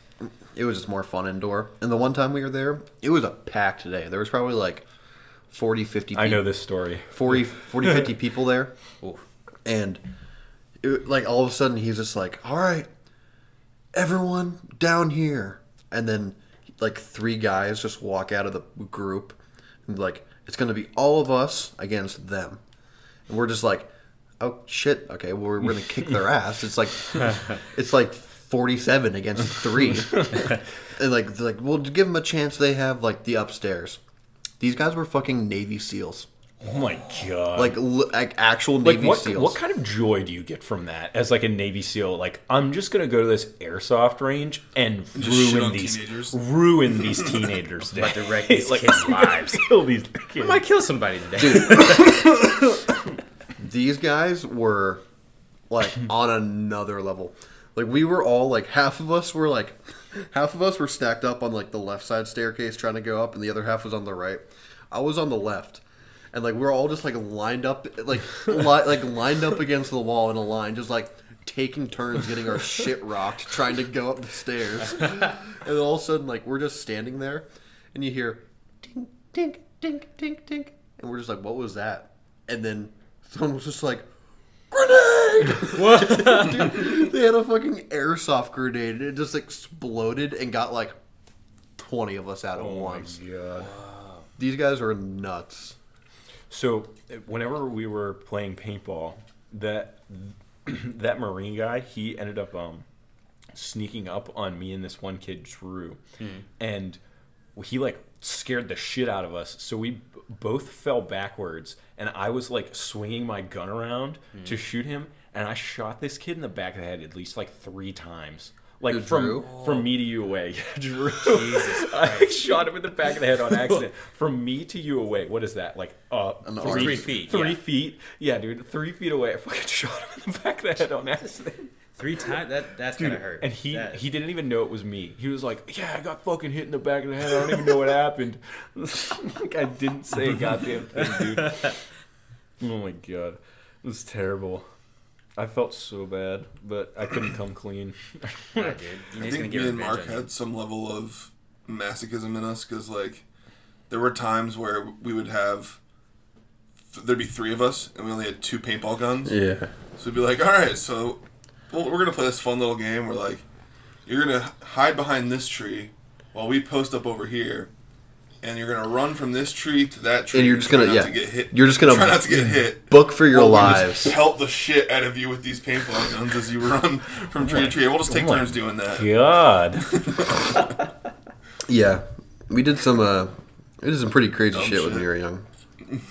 Speaker 3: it was just more fun indoor. And the one time we were there, it was a packed day. There was probably like 40, 50
Speaker 1: I
Speaker 3: people-
Speaker 1: know this story.
Speaker 3: 40, 40 50 people there.
Speaker 2: Oof.
Speaker 3: And it, like all of a sudden he's just like, "All right, everyone down here." And then like three guys just walk out of the group And, like it's going to be all of us against them, and we're just like, oh shit, okay, well, we're going to kick their ass. It's like, it's like forty-seven against three, and like they're like we'll give them a chance. They have like the upstairs. These guys were fucking Navy SEAls,
Speaker 1: Oh my god!
Speaker 3: like li- like actual
Speaker 1: like
Speaker 3: Navy
Speaker 1: what,
Speaker 3: SEALs.
Speaker 1: what kind of joy do you get from that as like a Navy SEAL? Like I'm just gonna go to this airsoft range and
Speaker 4: shit
Speaker 1: ruin
Speaker 4: on
Speaker 1: these
Speaker 4: teenagers.
Speaker 1: ruin these teenagers.
Speaker 2: About to
Speaker 1: days.
Speaker 2: wreck these
Speaker 1: Like,
Speaker 2: kids'
Speaker 1: I'm gonna
Speaker 2: lives.
Speaker 1: Kill these
Speaker 2: I
Speaker 1: kids.
Speaker 2: might kill somebody today.
Speaker 3: these guys were like on another level. Like we were all like half of us were like half of us were stacked up on like the left side staircase trying to go up and the other half was on the right. I was on the left. And like we we're all just like lined up like li- like lined up against the wall in a line just like taking turns getting our shit rocked trying to go up the stairs. And all of a sudden like we're just standing there and you hear ding ding ding ding ding and we're just like what was that? And then someone was just like grenade! Dude, they had a fucking airsoft grenade and it just exploded and got like 20 of us out
Speaker 4: Oh
Speaker 3: at once.
Speaker 1: god!
Speaker 3: These guys are nuts.
Speaker 1: So whenever we were playing paintball, that that Marine guy, he ended up um sneaking up on me and this one kid Drew, and he like scared the shit out of us. So we b- both fell backwards, and I was like swinging my gun around to shoot him, and I shot this kid in the back of the head at least like three times. Like
Speaker 3: Did
Speaker 1: from
Speaker 3: Drew?
Speaker 1: from me to you away, Yeah, Drew. I shot him in the back of the head on accident. from me to you away, what is that? Like uh,
Speaker 3: arm.
Speaker 2: Three feet,
Speaker 1: Three
Speaker 2: yeah.
Speaker 1: feet. Yeah, dude, three feet away. I fucking shot him in the back of the head on accident.
Speaker 2: Three times? That, that's
Speaker 1: Dude,
Speaker 2: gonna hurt.
Speaker 1: And he
Speaker 2: That-
Speaker 1: he didn't even know it was me. He was like, "Yeah, I got fucking hit in the back of the head. I don't even know what happened." like I didn't say a goddamn thing, dude. Oh my god, it was terrible. I felt so bad, but I couldn't come clean.
Speaker 2: Nah, dude. You're
Speaker 4: I
Speaker 2: just gonna
Speaker 4: think
Speaker 2: get
Speaker 4: me and
Speaker 2: revenge
Speaker 4: Mark
Speaker 2: on him.
Speaker 4: had some level of masochism in us because, like, there were times where we would have there'd be three of us and we only had two paintball guns.
Speaker 3: Yeah.
Speaker 4: So we'd be like, all right, so well, we're gonna play this fun little game. We're like, you're gonna hide behind this tree while we post up over here, and you're gonna run from this tree to that tree.
Speaker 3: And you're just gonna-
Speaker 4: try not
Speaker 3: yeah.
Speaker 4: to get hit.
Speaker 3: You're just gonna-
Speaker 4: try not to get hit.
Speaker 3: Book for your
Speaker 4: We'll
Speaker 3: lives.
Speaker 4: Just pelt the shit out of you with these paintball guns as you run from tree to tree. We'll just take turns doing that.
Speaker 1: God,
Speaker 3: Yeah. We did some uh we did some pretty crazy shit, when
Speaker 4: Oh, shit.
Speaker 3: we were young.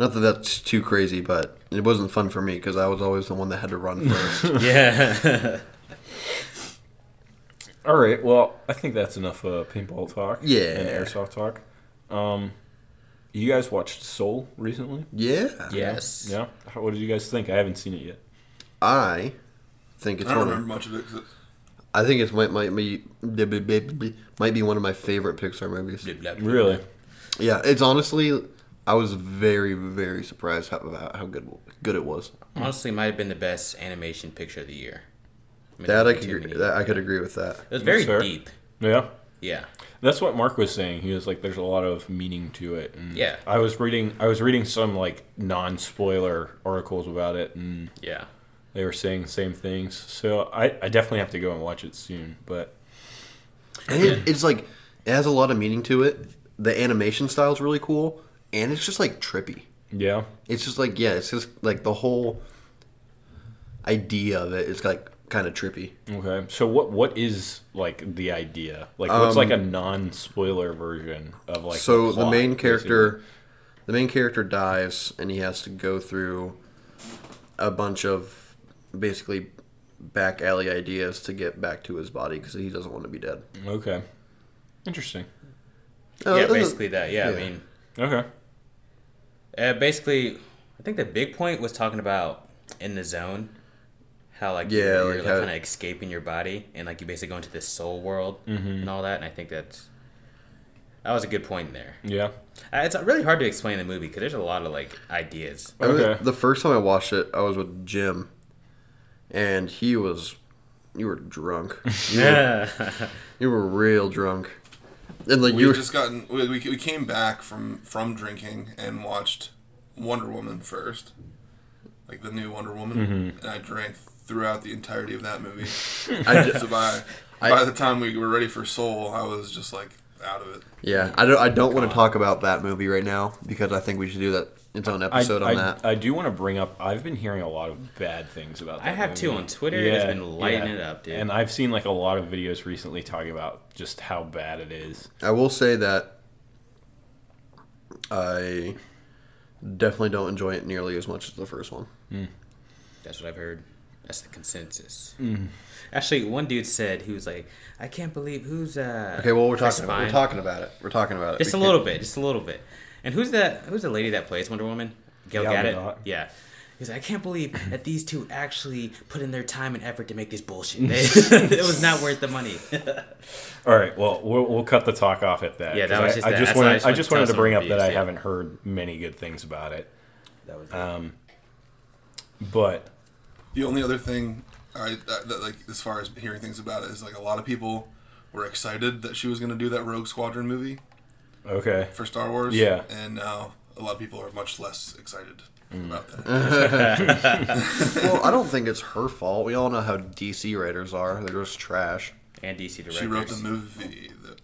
Speaker 3: Not that that's too crazy, but it wasn't fun for me because I was always the one that had to run first.
Speaker 2: Yeah.
Speaker 1: All right. Well, I think that's enough uh, paintball talk.
Speaker 3: Yeah.
Speaker 1: And airsoft talk. Um, you guys watched Soul recently?
Speaker 3: yeah.
Speaker 2: yes.
Speaker 1: Yeah. How- What did you guys think? I haven't seen it yet.
Speaker 3: I think it's
Speaker 4: I don't
Speaker 3: one of
Speaker 4: remember much of it. 'cause it-
Speaker 3: I think it's might might be might be one of my favorite Pixar movies.
Speaker 1: Really?
Speaker 3: Yeah, it's honestly, I was very, very surprised how, about how good good it was.
Speaker 2: Honestly, might have been the best animation picture of the year. I mean,
Speaker 3: That I
Speaker 2: there's
Speaker 3: could
Speaker 2: too
Speaker 3: agree,
Speaker 2: many.
Speaker 3: that I could agree with that.
Speaker 2: It was very
Speaker 1: Yes, sir.
Speaker 2: deep.
Speaker 1: Yeah.
Speaker 2: Yeah.
Speaker 1: That's what Mark was saying. He was like, "There's a lot of meaning to it." And
Speaker 2: Yeah.
Speaker 1: I was reading. I was reading some like non-spoiler articles about it, and
Speaker 2: Yeah.
Speaker 1: they were saying the same things. So I, I definitely have to go and watch it soon. But
Speaker 3: And it, it's like it has a lot of meaning to it. The animation style's really cool, and it's just like trippy.
Speaker 1: yeah,
Speaker 3: It's just like yeah, it's just like the whole idea of it is like kind of trippy.
Speaker 1: okay. So what what is like the idea? Like what's like a non-spoiler version of like
Speaker 3: Um, so the
Speaker 1: plot,
Speaker 3: main character the main character dies and he has to go through a bunch of basically back alley ideas to get back to his body because he doesn't want to be dead
Speaker 1: basically? Okay, interesting.
Speaker 3: Uh,
Speaker 2: yeah,
Speaker 3: other-
Speaker 2: basically that. Yeah,
Speaker 3: yeah.
Speaker 2: I mean,
Speaker 1: Okay,
Speaker 2: uh, basically, I think the big point was talking about in the zone, how like
Speaker 3: Yeah,
Speaker 2: you're,
Speaker 3: like
Speaker 2: like,
Speaker 3: how-
Speaker 2: kind of escaping your body and like you basically go into this soul world and all that. And I think that's that was a good point there.
Speaker 1: yeah.
Speaker 2: Uh, It's really hard to explain the movie because there's a lot of like ideas.
Speaker 3: I remember
Speaker 1: Okay.
Speaker 3: the first time i watched it i was with jim and he was you were drunk
Speaker 2: Yeah.
Speaker 3: you were real drunk and like
Speaker 4: We
Speaker 3: you
Speaker 4: had
Speaker 3: were
Speaker 4: just gotten we, we, we came back from from drinking and watched Wonder Woman first, like the new Wonder Woman,
Speaker 3: Mm-hmm.
Speaker 4: and I drank throughout the entirety of that movie.
Speaker 3: I, ju-
Speaker 4: so by
Speaker 3: I-
Speaker 4: by the time we were ready for Soul, I was just like, out of it.
Speaker 3: Yeah, I don't. I don't want to talk about that movie right now because I think we should do that its own episode
Speaker 1: I,
Speaker 3: on
Speaker 1: I-
Speaker 3: that.
Speaker 1: I do want to bring up. I've been hearing a lot of bad things about. That
Speaker 2: I have too
Speaker 1: movie.
Speaker 2: on Twitter. It's been lighting it up, dude.
Speaker 1: And I've seen like a lot of videos recently talking about just how bad it is.
Speaker 3: I will say that I definitely don't enjoy it nearly as much as the first one.
Speaker 2: That's what I've heard. That's the consensus. Mm-hmm. Actually, one dude said he was like, "I can't believe who's uh."
Speaker 3: Okay, well we're
Speaker 2: Chris
Speaker 3: talking about we're
Speaker 2: Pine?"
Speaker 3: talking about it. We're talking about it.
Speaker 2: Just a
Speaker 3: We
Speaker 2: little bit, just a little bit. And who's that? Who's the lady that plays Wonder Woman? Gail
Speaker 1: Gal
Speaker 2: Gadot.
Speaker 1: Gadot.
Speaker 2: Yeah. He's like, I can't believe that these two actually put in their time and effort to make this bullshit. They- it was not worth the money.
Speaker 1: All right. Well, we'll, we'll cut the talk off at that.
Speaker 2: Yeah, that
Speaker 1: 'cause
Speaker 2: was just
Speaker 1: I, I
Speaker 2: that.
Speaker 1: just
Speaker 2: That's why I
Speaker 1: wanted.
Speaker 2: just
Speaker 1: I
Speaker 2: wanted
Speaker 1: just
Speaker 2: to
Speaker 1: wanted
Speaker 2: tell
Speaker 1: to bring
Speaker 2: some
Speaker 1: up that I
Speaker 2: reviews, yeah.
Speaker 1: haven't heard many good things about it,
Speaker 2: That was
Speaker 1: but
Speaker 4: The only other thing, I that, that, like as far as hearing things about it, is like a lot of people were excited that she was going to do that Rogue Squadron movie
Speaker 1: okay.
Speaker 4: for Star Wars.
Speaker 1: Yeah.
Speaker 4: and now a lot of people are much less excited
Speaker 3: Mm.
Speaker 4: about that.
Speaker 3: could- well, I don't think it's her fault. We all know how DC writers are. They're just trash,
Speaker 2: and DC directors.
Speaker 4: She wrote the movie. That,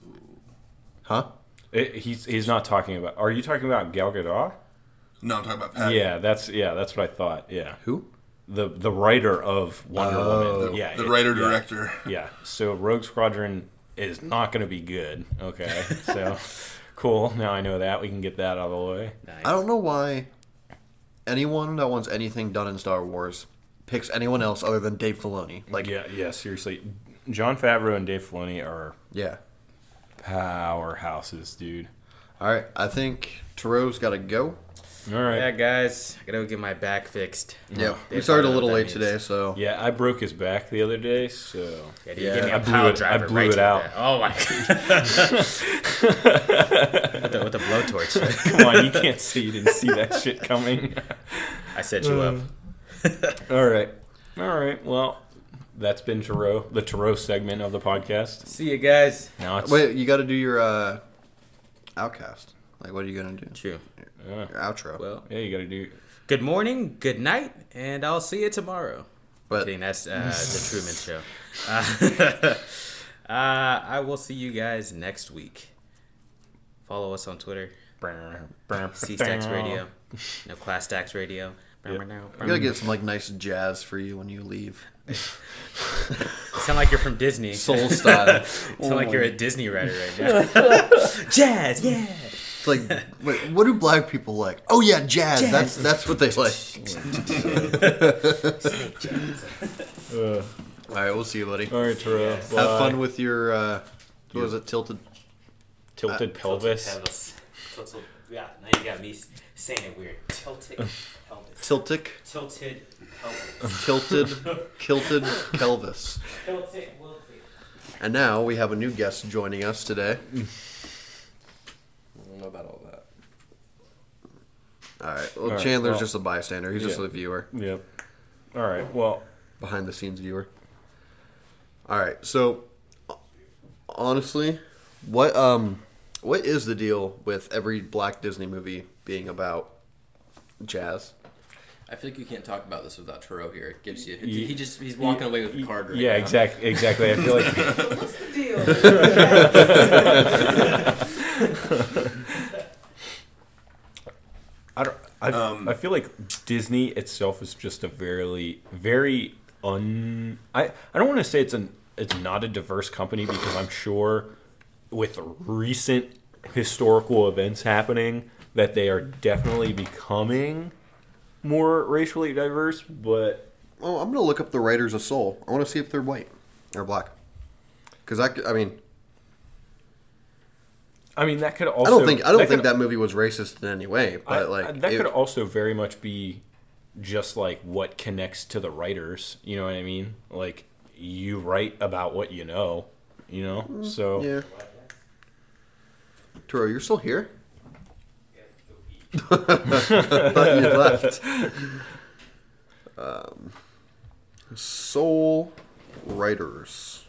Speaker 3: huh?
Speaker 1: It, he's he's not talking about. Are you talking about Gal Gadot?
Speaker 4: no, I'm talking about Pat.
Speaker 1: Yeah, that's yeah, that's what I thought. Yeah,
Speaker 3: Who?
Speaker 1: the the writer of Wonder
Speaker 3: Oh.
Speaker 1: Woman.
Speaker 4: the,
Speaker 1: yeah,
Speaker 4: the
Speaker 1: it- yeah.
Speaker 4: writer director.
Speaker 1: Yeah. So Rogue Squadron is not going to be good. Okay. So cool. Now I know that. We can get that out of the way.
Speaker 2: Nice.
Speaker 3: I don't know why anyone that wants anything done in Star Wars picks anyone else other than Dave Filoni. Like, yeah,
Speaker 1: Yeah. Yeah. Seriously, John Favreau and Dave Filoni are powerhouses, dude.
Speaker 3: All right, I think Tarot's got to go.
Speaker 1: All right.
Speaker 2: Yeah,
Speaker 1: Yeah.
Speaker 2: guys, I gotta go get my back fixed.
Speaker 3: Yeah,
Speaker 2: They
Speaker 3: we started
Speaker 2: found
Speaker 3: a
Speaker 2: out
Speaker 3: little
Speaker 2: what that
Speaker 3: late
Speaker 2: means.
Speaker 3: today, so
Speaker 1: I broke his back the other day, so
Speaker 2: Yeah,
Speaker 3: Yeah,
Speaker 2: yeah, me a
Speaker 1: I blew
Speaker 2: pile
Speaker 1: it- I
Speaker 2: driver
Speaker 1: blew
Speaker 2: right
Speaker 1: it
Speaker 2: to the
Speaker 1: out.
Speaker 2: back. Oh my god! with, the, with the blowtorch,
Speaker 1: come on, you can't see you didn't see that shit coming.
Speaker 2: I set you up.
Speaker 1: All right, all right. Well, that's been Tarot, the Tarot segment of the podcast.
Speaker 2: See you guys.
Speaker 1: Now it's
Speaker 3: wait, you got to do your uh, outcast. Like, what are you gonna do?
Speaker 2: True.
Speaker 1: Yeah.
Speaker 3: Your outro.
Speaker 2: Well,
Speaker 1: uh, yeah, you got to do.
Speaker 2: good morning, good night, and I'll see you tomorrow.
Speaker 3: but
Speaker 2: Kidding, that's uh, the Truman Show. Uh, uh, I will see you guys next week. Follow us on Twitter,
Speaker 1: uh,
Speaker 2: C Stacks Radio, no Class Stacks Radio.
Speaker 3: we gotta get some like nice jazz for you when you leave,
Speaker 2: Sound like you're from Disney.
Speaker 3: soul style. Oh
Speaker 2: Sound like you're a Disney writer right now. Jazz, yeah.
Speaker 3: It's like, wait, what do black people like? Oh yeah, jazz. That's that's what they like.
Speaker 1: Uh,
Speaker 3: All right, we'll see you, buddy.
Speaker 1: all right, Tarot. Have
Speaker 3: Have fun with your uh, what was it? Tilted.
Speaker 1: tilted pelvis.
Speaker 2: Yeah, now you got me saying it weird. Tilted pelvis.
Speaker 3: Tiltic.
Speaker 2: Tilted pelvis.
Speaker 3: Kilted, kilted Kelvis.
Speaker 2: Tilted
Speaker 3: And now we have a new guest joining us today. I don't know about all that. All right. Well,
Speaker 1: All right,
Speaker 3: Chandler's
Speaker 1: well-
Speaker 3: just a bystander. He's just
Speaker 1: Yeah.
Speaker 3: a viewer,
Speaker 1: Yep. All right. Well,
Speaker 3: behind the scenes viewer. All right. So, honestly, what um, what is the deal with every black Disney movie being about jazz?
Speaker 5: I feel like you can't talk about this without Turo here. It gives you.
Speaker 1: Ye-
Speaker 5: He just he's walking away with the card right
Speaker 1: yeah,
Speaker 5: now.
Speaker 1: exactly. Exactly. I feel like
Speaker 6: What's the deal?
Speaker 1: I don't. I, I feel like Disney itself is just a very, very un. I I don't want to say it's an it's not a diverse company because I'm sure with recent historical events happening that they are definitely becoming more racially diverse, but
Speaker 3: Oh, I'm gonna look up the writers of Soul. I want to see if they're white or black. Because I, c- I mean,
Speaker 1: I mean that could also
Speaker 3: I don't think I don't think
Speaker 1: could-
Speaker 3: that movie was racist in any way.
Speaker 1: I-
Speaker 3: But like
Speaker 1: I- that
Speaker 3: it-
Speaker 1: could also very much be just like what connects to the writers. You know what I mean? Like you write about what you know. You know, so
Speaker 3: Mm. yeah. Toro, you're still here. I thought you left. Um, soul writers.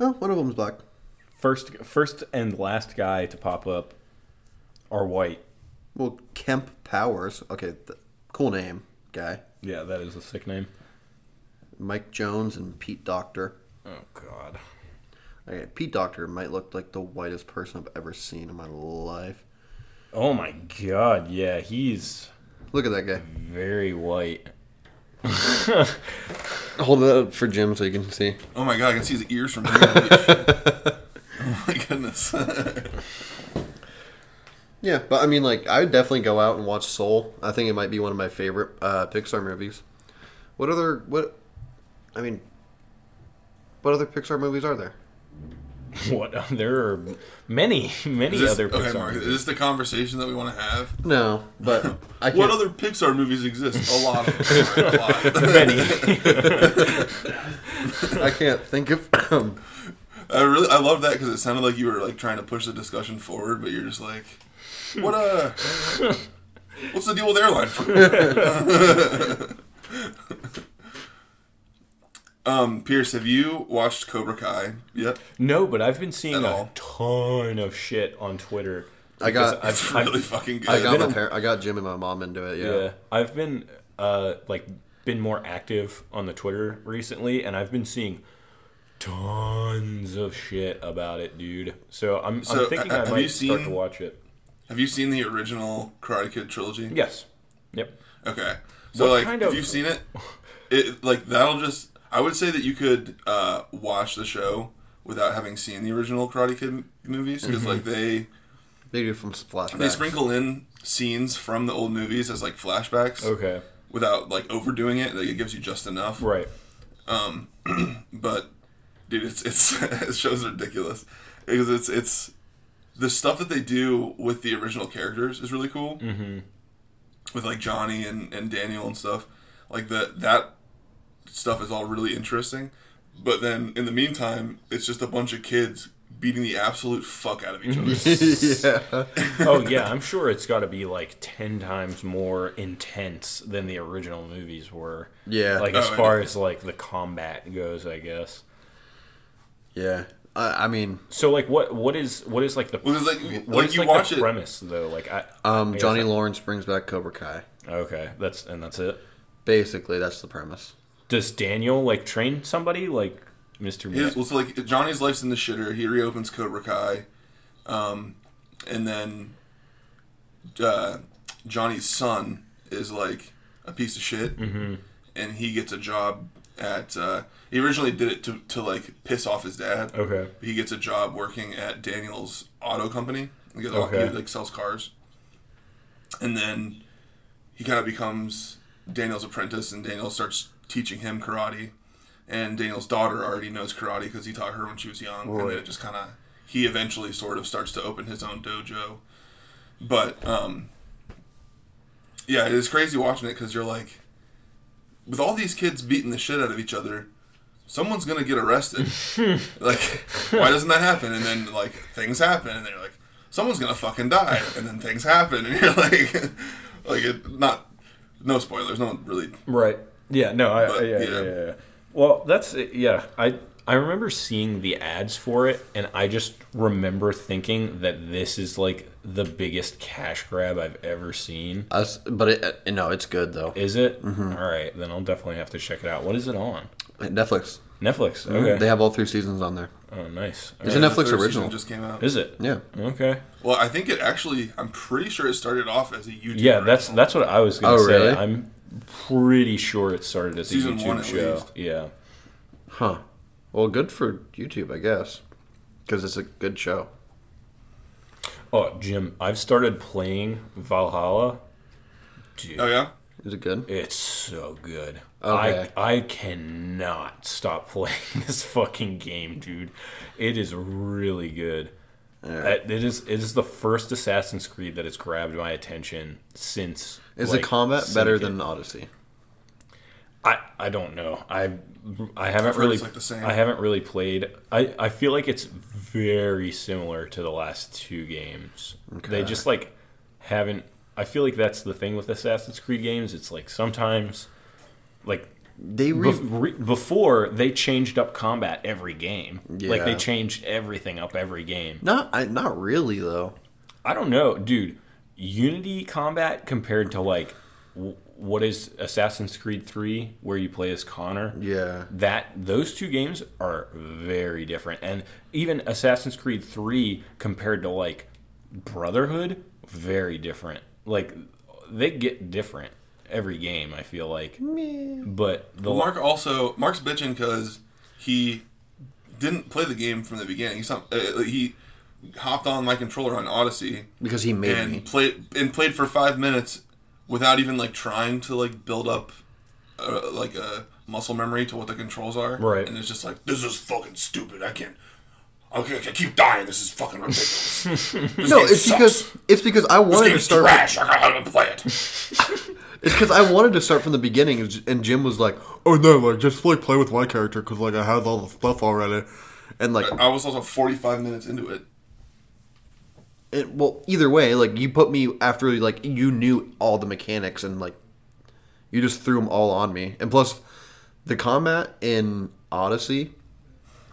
Speaker 3: Oh, one of them's black.
Speaker 1: first, first and last guy to pop up are white.
Speaker 3: Well, Kemp Powers. Okay, th- cool name, guy.
Speaker 1: Yeah, that is a sick name.
Speaker 3: Mike Jones and Pete Doctor.
Speaker 1: Oh God.
Speaker 3: Okay, Pete Doctor might look like the whitest person I've ever seen in my life.
Speaker 1: Oh my god, yeah, he's
Speaker 3: Look at that guy.
Speaker 1: very white. Mm.
Speaker 3: Hold it up for Jim so you can see.
Speaker 4: Oh my god, I can see his ears from here. oh my goodness.
Speaker 3: Yeah, but I mean, like, I would definitely go out and watch Soul. I think it might be one of my favorite uh, Pixar movies. What other what? I mean, what other Pixar movies are there?
Speaker 1: What there are many, many
Speaker 4: Is this-
Speaker 1: other Pixar
Speaker 4: okay, Mark, is
Speaker 1: movies.
Speaker 4: this the conversation that we want to have?
Speaker 3: No, but I can't.
Speaker 4: What other Pixar movies exist? A lot of them. A lot.
Speaker 1: many.
Speaker 3: I can't think of. um,
Speaker 4: I really, I love that because it sounded like you were like trying to push the discussion forward, but you're just like, what uh What's the deal with airline? food? um, Pierce, have you watched Cobra Kai? Yep.
Speaker 1: no, but I've been seeing
Speaker 4: At
Speaker 1: a
Speaker 4: all.
Speaker 1: ton of shit on Twitter.
Speaker 3: I got-
Speaker 1: because
Speaker 4: It's
Speaker 1: I've-
Speaker 4: really fucking good.
Speaker 3: I got my
Speaker 1: Venom.
Speaker 3: par- I got Jim and my mom into it.
Speaker 1: Yeah.
Speaker 3: Yeah.
Speaker 1: I've been uh like been more active on the Twitter recently and I've been seeing tons of shit about it, dude. So I'm
Speaker 4: So,
Speaker 1: I'm thinking
Speaker 4: uh,
Speaker 1: I
Speaker 4: have
Speaker 1: might
Speaker 4: you
Speaker 1: start
Speaker 4: seen-
Speaker 1: to watch it.
Speaker 4: have you seen the original Karate Kid trilogy?
Speaker 1: Yes. Yep.
Speaker 4: Okay. So
Speaker 1: What
Speaker 4: like,
Speaker 1: kind
Speaker 4: if
Speaker 1: of-
Speaker 4: you've seen it, it like that'll just. I would say that you could uh, watch the show without having seen the original Karate Kid m- movies because like they
Speaker 3: They do from flashbacks.
Speaker 4: they sprinkle in scenes from the old movies as like flashbacks
Speaker 1: Okay.
Speaker 4: without like overdoing it. Like it gives you just enough.
Speaker 1: Right.
Speaker 4: But dude, it's it's it shows ridiculous because it's it's the stuff that they do with the original characters is really cool. Mm-hmm. With like Johnny and, and Daniel and stuff, like that that stuff is all really interesting. But then in the meantime, it's just a bunch of kids beating the absolute fuck out of each other.
Speaker 3: yeah.
Speaker 1: Oh yeah, I'm sure it's got to be like 10 times more intense than the original movies were.
Speaker 3: Yeah.
Speaker 1: Like as
Speaker 4: Oh,
Speaker 1: far as like the combat goes, I guess.
Speaker 3: Yeah. I, I mean,
Speaker 1: So like what what is what is like the
Speaker 4: Well, 'cause, like,
Speaker 1: what
Speaker 4: like,
Speaker 1: is
Speaker 4: you
Speaker 1: like
Speaker 4: watch
Speaker 1: the
Speaker 4: it-
Speaker 1: premise though? Like I I
Speaker 3: um,
Speaker 1: guess
Speaker 3: Johnny
Speaker 1: I-
Speaker 3: Lawrence brings back Cobra Kai.
Speaker 1: Okay, that's and that's it.
Speaker 3: Basically, that's the premise.
Speaker 1: Does Daniel like train somebody like Mr.
Speaker 4: His,
Speaker 1: Miyagi?
Speaker 4: well, so like Johnny's life's in the shitter. He reopens Cobra Kai, um, and then uh, Johnny's son is like a piece of shit,
Speaker 1: Mm. Mm-hmm.
Speaker 4: and he gets a job at. Uh, he originally did it to, to like piss off his dad.
Speaker 1: Okay.
Speaker 4: He gets a job working at Daniel's auto company. He, gets,
Speaker 1: Okay.
Speaker 4: he like sells cars, and then he kind of becomes Daniel's apprentice, and Daniel starts teaching him karate. And Daniel's daughter already knows karate because he taught her when she was young, and then it just kind of he eventually sort of starts to open his own dojo. But um, yeah, it is crazy watching it because you're like, with all these kids beating the shit out of each other, someone's gonna get arrested. like, why doesn't that happen? And then like things happen, and they're like, someone's gonna fucking die, and then things happen, and you're like, like it, not no spoilers, no one really.
Speaker 1: Right. Yeah. No. I,
Speaker 4: But,
Speaker 1: yeah, yeah.
Speaker 4: yeah.
Speaker 1: Yeah. yeah. Well, that's yeah. I I remember seeing the ads for it, and I just remember thinking that this is like the biggest cash grab I've ever seen.
Speaker 3: Us, but it, uh, no, it's good though.
Speaker 1: Is it?
Speaker 4: Mm-hmm.
Speaker 1: All right, then I'll definitely have to check it out. What is it on?
Speaker 3: Netflix.
Speaker 1: Netflix.
Speaker 4: Mm-hmm.
Speaker 1: Okay.
Speaker 3: They have all three seasons on there.
Speaker 1: oh, nice.
Speaker 3: It's
Speaker 1: All
Speaker 3: a
Speaker 1: right.
Speaker 4: The
Speaker 3: Netflix
Speaker 4: third season
Speaker 3: original.
Speaker 4: just came out.
Speaker 1: Is it?
Speaker 3: Yeah.
Speaker 1: Okay.
Speaker 4: Well, I think it actually. I'm pretty sure it started off as a YouTube.
Speaker 1: Yeah, that's
Speaker 4: original.
Speaker 1: that's what I was gonna
Speaker 3: Oh,
Speaker 1: say.
Speaker 3: really?
Speaker 1: I'm pretty sure it started as
Speaker 4: Season
Speaker 1: a YouTube
Speaker 4: one, at
Speaker 1: show.
Speaker 4: least.
Speaker 1: Yeah.
Speaker 3: Huh. Well, good for YouTube, I guess, because it's a good show.
Speaker 1: Oh, Jim, I've started playing Valhalla. Dude,
Speaker 4: Oh yeah.
Speaker 3: Is it good?
Speaker 1: it's so good.
Speaker 3: Okay.
Speaker 1: I I cannot stop playing this fucking game, dude. It is really good. It- It is it is the first Assassin's Creed that has grabbed my attention since.
Speaker 3: Is
Speaker 1: like,
Speaker 3: the combat better
Speaker 1: Syndicate.
Speaker 3: than Odyssey?
Speaker 1: I, I don't know. I I
Speaker 4: I've
Speaker 1: haven't
Speaker 4: heard
Speaker 1: really
Speaker 4: it's like the same.
Speaker 1: I haven't really played. I, I feel like it's very similar to the last two games. They
Speaker 3: Okay.
Speaker 1: just like haven't I feel like that's the thing with Assassin's Creed games. It's like sometimes like
Speaker 3: They re-
Speaker 1: bef- re- before they changed up combat every game. Like they
Speaker 3: Yeah.
Speaker 1: changed everything up every game.
Speaker 3: not I, not really though.
Speaker 1: I don't know, dude. Unity combat compared to like w- what is Assassin's Creed 3 where you play as Connor.
Speaker 3: Yeah.
Speaker 1: That those two games are very different and even Assassin's Creed 3 compared to like Brotherhood very different. Like they get different every game, I feel like. But the
Speaker 4: Well, Mark also Mark's bitching because he didn't play the game from the beginning. He's not, uh, he hopped on my controller on Odyssey
Speaker 3: Because he made me.
Speaker 4: and played and played for five minutes without even like trying to like build up uh, like a muscle memory to what the controls are.
Speaker 1: Right.
Speaker 4: And it's just like this is fucking stupid. I can't. Okay, I keep dying. This is fucking ridiculous. This
Speaker 3: No,
Speaker 4: game
Speaker 3: it's
Speaker 4: sucks.
Speaker 3: because it's because I
Speaker 4: this
Speaker 3: wanted to
Speaker 4: game's
Speaker 3: start.
Speaker 4: trash. I gotta play it.
Speaker 3: It's because I wanted to start from the beginning, and J- and Jim was like, "Oh no, like just like play with my character because like I have all the stuff already," and like,
Speaker 4: I was also forty-five minutes into it.
Speaker 3: it, well, either way, like you put me after like you knew all the mechanics and like you just threw them all on me, and plus the combat in Odyssey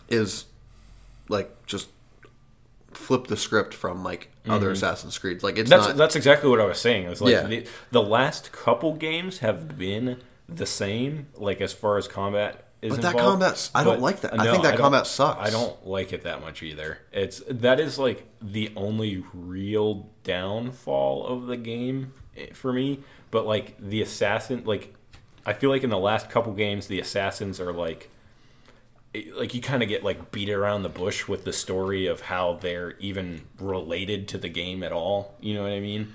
Speaker 3: is like just flip the script from like other Assassin's Creed. Like it's
Speaker 1: Mm-hmm. That's
Speaker 3: not
Speaker 1: that's exactly what I was saying. It was like
Speaker 3: Yeah.
Speaker 1: the, the last couple games have been the same, like as far as combat is.
Speaker 3: But that
Speaker 1: involved,
Speaker 3: combat's- I don't
Speaker 1: but-
Speaker 3: like that. I think that
Speaker 1: don't-
Speaker 3: combat sucks.
Speaker 1: I don't like it that much either. It's that is like the only real downfall of the game eh, for me. But like the assassin, like I feel like in the last couple games, the assassins are like it- like you kind of get like beat around the bush with the story of how they're even related to the game at all. You know what I mean?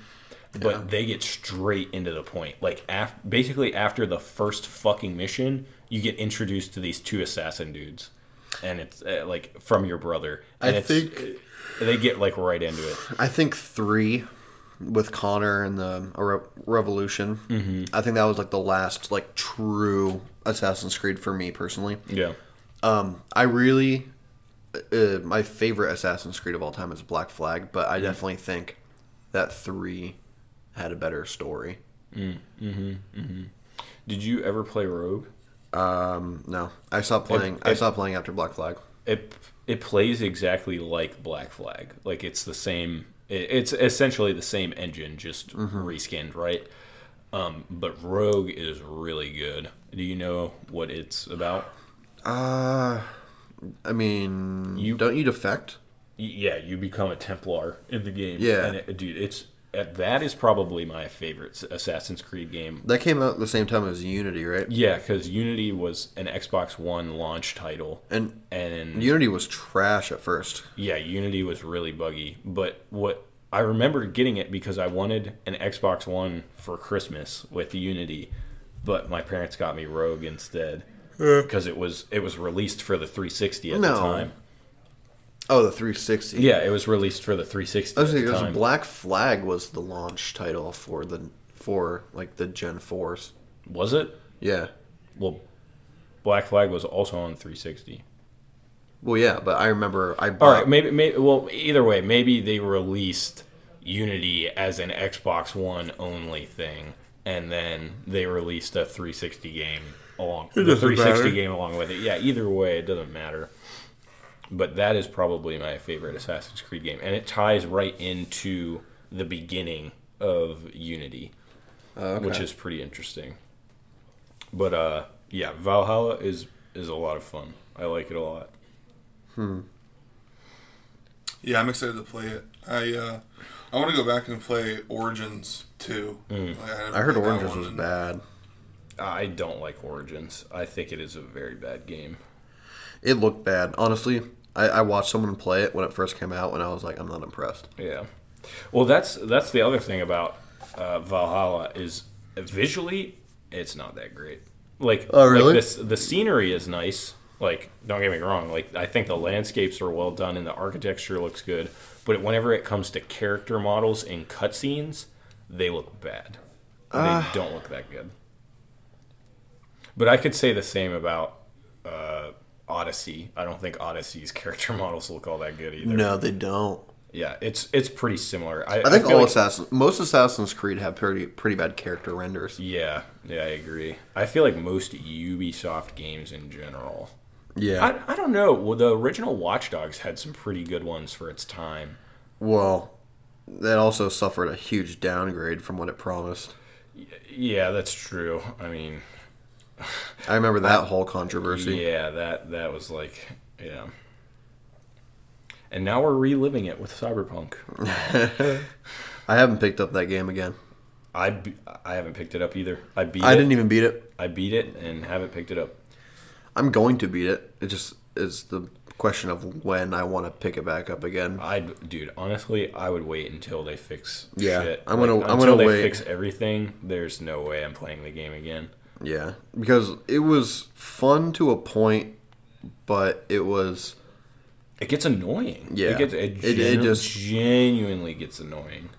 Speaker 1: But they get straight into the point. Like af- basically after the first fucking mission, you get introduced to these two assassin dudes, and it's uh, like from your brother. And
Speaker 3: I
Speaker 1: it's,
Speaker 3: think-
Speaker 1: they get like right into it.
Speaker 3: I think three with Connor and the a Re- Revolution. Mm-hmm. I think that was like the last like true Assassin's Creed for me personally.
Speaker 1: Yeah.
Speaker 3: Um, I really uh, my favorite Assassin's Creed of all time is Black Flag, but
Speaker 1: Mm-hmm.
Speaker 3: I definitely think that three had a better story.
Speaker 1: Did you ever play Rogue?
Speaker 3: Um, no, I stopped playing. I stopped playing after Black Flag.
Speaker 1: it it plays exactly like Black Flag. Like it's the same. It, it's essentially the same engine, just
Speaker 3: Mm-hmm.
Speaker 1: reskinned, right? Um, but Rogue is really good. Do you know what it's about?
Speaker 3: Uh, I mean,
Speaker 1: You-
Speaker 3: don't you defect?
Speaker 1: Y- Yeah, you become a Templar in the game.
Speaker 3: Yeah.
Speaker 1: and it, dude, it's uh, that is probably my favorite Assassin's Creed game
Speaker 3: That came out at the same time as Unity, right?
Speaker 1: Yeah, because Unity was an Xbox One launch title,
Speaker 3: And
Speaker 1: and
Speaker 3: Unity was trash at first.
Speaker 1: yeah, Unity was really buggy. But what I remember getting it because I wanted an Xbox One for Christmas with Unity, but my parents got me Rogue instead because it was it was released for the 360 at
Speaker 3: No.
Speaker 1: the time.
Speaker 3: Oh, the 360.
Speaker 1: Yeah, it was released for the 360
Speaker 3: I was
Speaker 1: at
Speaker 3: thinking
Speaker 1: the
Speaker 3: it was
Speaker 1: time.
Speaker 3: Black Flag was the launch title for the for like the Gen 4s.
Speaker 1: was it?
Speaker 3: Yeah.
Speaker 1: Well, Black Flag was also on 360.
Speaker 3: Well, yeah, but I remember I
Speaker 1: All
Speaker 3: bought
Speaker 1: right, maybe, maybe. Well, either way, maybe they released Unity as an Xbox One only thing, and then they released a 360 game along the 360 game along with it. Yeah, either way, it doesn't matter. But that is probably my favorite Assassin's Creed game, and it ties right into the beginning of Unity, which is pretty interesting. But uh, yeah, Valhalla is is a lot of fun. I like it a lot.
Speaker 4: Yeah, I'm excited to play it. I uh, I want to go back and play Origins too. Like, haven't
Speaker 3: Hmm. I heard
Speaker 4: played that
Speaker 3: Oranges
Speaker 4: one
Speaker 3: was
Speaker 4: in-
Speaker 3: bad.
Speaker 1: I don't like Origins. I think it is a very bad game.
Speaker 3: It looked bad. Honestly, I, I watched someone play it when it first came out, and I was like, I'm not impressed.
Speaker 1: Yeah. Well, that's that's the other thing about uh, Valhalla is visually it's not that great. Like,
Speaker 3: Oh,
Speaker 1: like
Speaker 3: really?
Speaker 1: this, the scenery is nice. Like, don't get me wrong. Like, I think the landscapes are well done and the architecture looks good. But whenever it comes to character models and cutscenes, they look bad. They
Speaker 3: Ah.
Speaker 1: don't look that good. But I could say the same about uh, Odyssey. I don't think Odyssey's character models look all that good either.
Speaker 3: No, they don't.
Speaker 1: Yeah, it's it's pretty similar. I,
Speaker 3: I think
Speaker 1: feel
Speaker 3: all
Speaker 1: like-
Speaker 3: Assassin, most Assassin's Creed have pretty pretty bad character renders.
Speaker 1: Yeah, yeah, I agree. I feel like most Ubisoft games in general.
Speaker 3: Yeah.
Speaker 1: I, I don't know. Well, the original Watch Dogs had some pretty good ones for its time.
Speaker 3: well, that also suffered a huge downgrade from what it promised.
Speaker 1: Yeah, that's true. I mean,
Speaker 3: I remember that whole controversy.
Speaker 1: yeah, that that was like, yeah. And now we're reliving it with Cyberpunk.
Speaker 3: I haven't picked up that game again.
Speaker 1: I be- I haven't picked it up either. I beat
Speaker 3: I
Speaker 1: it.
Speaker 3: didn't e- even beat it.
Speaker 1: I beat it and haven't picked it up.
Speaker 3: I'm going to beat it. It just is the question of when I want to pick it back up again.
Speaker 1: I dude, honestly, I would wait until they fix
Speaker 3: Yeah,
Speaker 1: shit.
Speaker 3: I'm gonna- I'm
Speaker 1: until
Speaker 3: gonna
Speaker 1: they
Speaker 3: wait.
Speaker 1: fix everything. There's no way I'm playing the game again.
Speaker 3: Yeah, because it was fun to a point, but it was
Speaker 1: It gets annoying.
Speaker 3: Yeah.
Speaker 1: it gets it,
Speaker 3: It- it
Speaker 1: genu-
Speaker 3: just-
Speaker 1: genuinely gets annoying.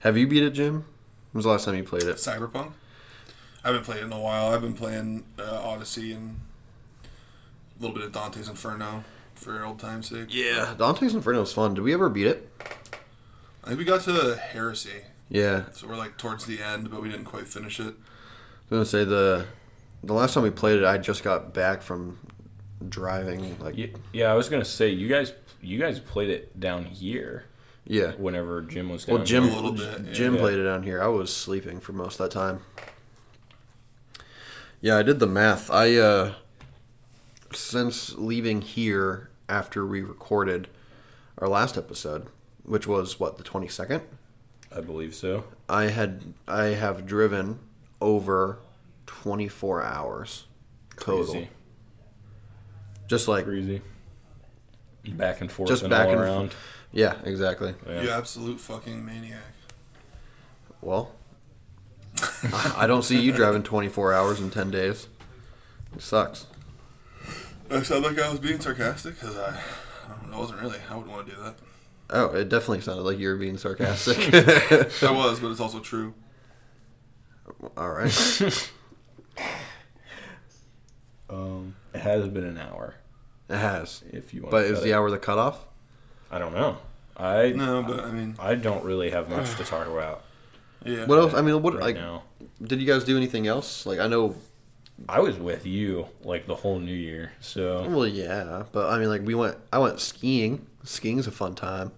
Speaker 3: Have you beat it, Jim? When was the last time you played it?
Speaker 4: Cyberpunk. I haven't played it in a while. I've been playing uh, Odyssey and a little bit of Dante's Inferno for old time's sake.
Speaker 3: Yeah, Dante's Inferno was fun. Did we ever beat it?
Speaker 4: I think we got to Heresy,
Speaker 3: Yeah, I was
Speaker 4: so we're like towards the end, but we didn't quite finish it.
Speaker 3: gonna say the the last time we played it, I just got back from driving. Like,
Speaker 1: Yeah, yeah, I was gonna say you guys you guys played it down here
Speaker 3: yeah.
Speaker 1: whenever Jim was down.
Speaker 3: Well, Jim
Speaker 4: A little bit, yeah.
Speaker 3: Jim
Speaker 1: Yeah.
Speaker 3: played it down here. I was sleeping for most of that time. Yeah, I did the math. I uh since leaving here after we recorded our last episode, which was what the twenty second.
Speaker 1: I believe so.
Speaker 3: I had I have driven over 24 hours total.
Speaker 1: Crazy,
Speaker 3: Just like
Speaker 1: crazy. Back and forth
Speaker 3: Just
Speaker 1: and
Speaker 3: back
Speaker 1: all
Speaker 3: and f-
Speaker 1: around.
Speaker 3: yeah, exactly.
Speaker 1: Yeah.
Speaker 4: You absolute fucking maniac.
Speaker 3: Well, I I don't see you driving 24 hours in 10 days. It sucks.
Speaker 4: I sound like I was being sarcastic because I, I, don't know, I wasn't really. I wouldn't want to do that.
Speaker 3: Oh, it definitely sounded like you were being sarcastic.
Speaker 4: I was, but it's also true.
Speaker 3: All right.
Speaker 1: Um, it has been an hour.
Speaker 3: It has.
Speaker 1: If you want,
Speaker 3: But
Speaker 1: to
Speaker 3: is
Speaker 1: cut
Speaker 3: the hour the cutoff?
Speaker 1: I don't know. I
Speaker 4: No, but I mean,
Speaker 1: I don't really have much to talk about
Speaker 4: yeah.
Speaker 3: What else? I mean, what
Speaker 1: right
Speaker 3: like
Speaker 1: now.
Speaker 3: did you guys do anything else? Like I know
Speaker 1: I was with you like the whole New Year, so
Speaker 3: Well, yeah, but I mean, like we went. I went skiing. Skiing's a fun time.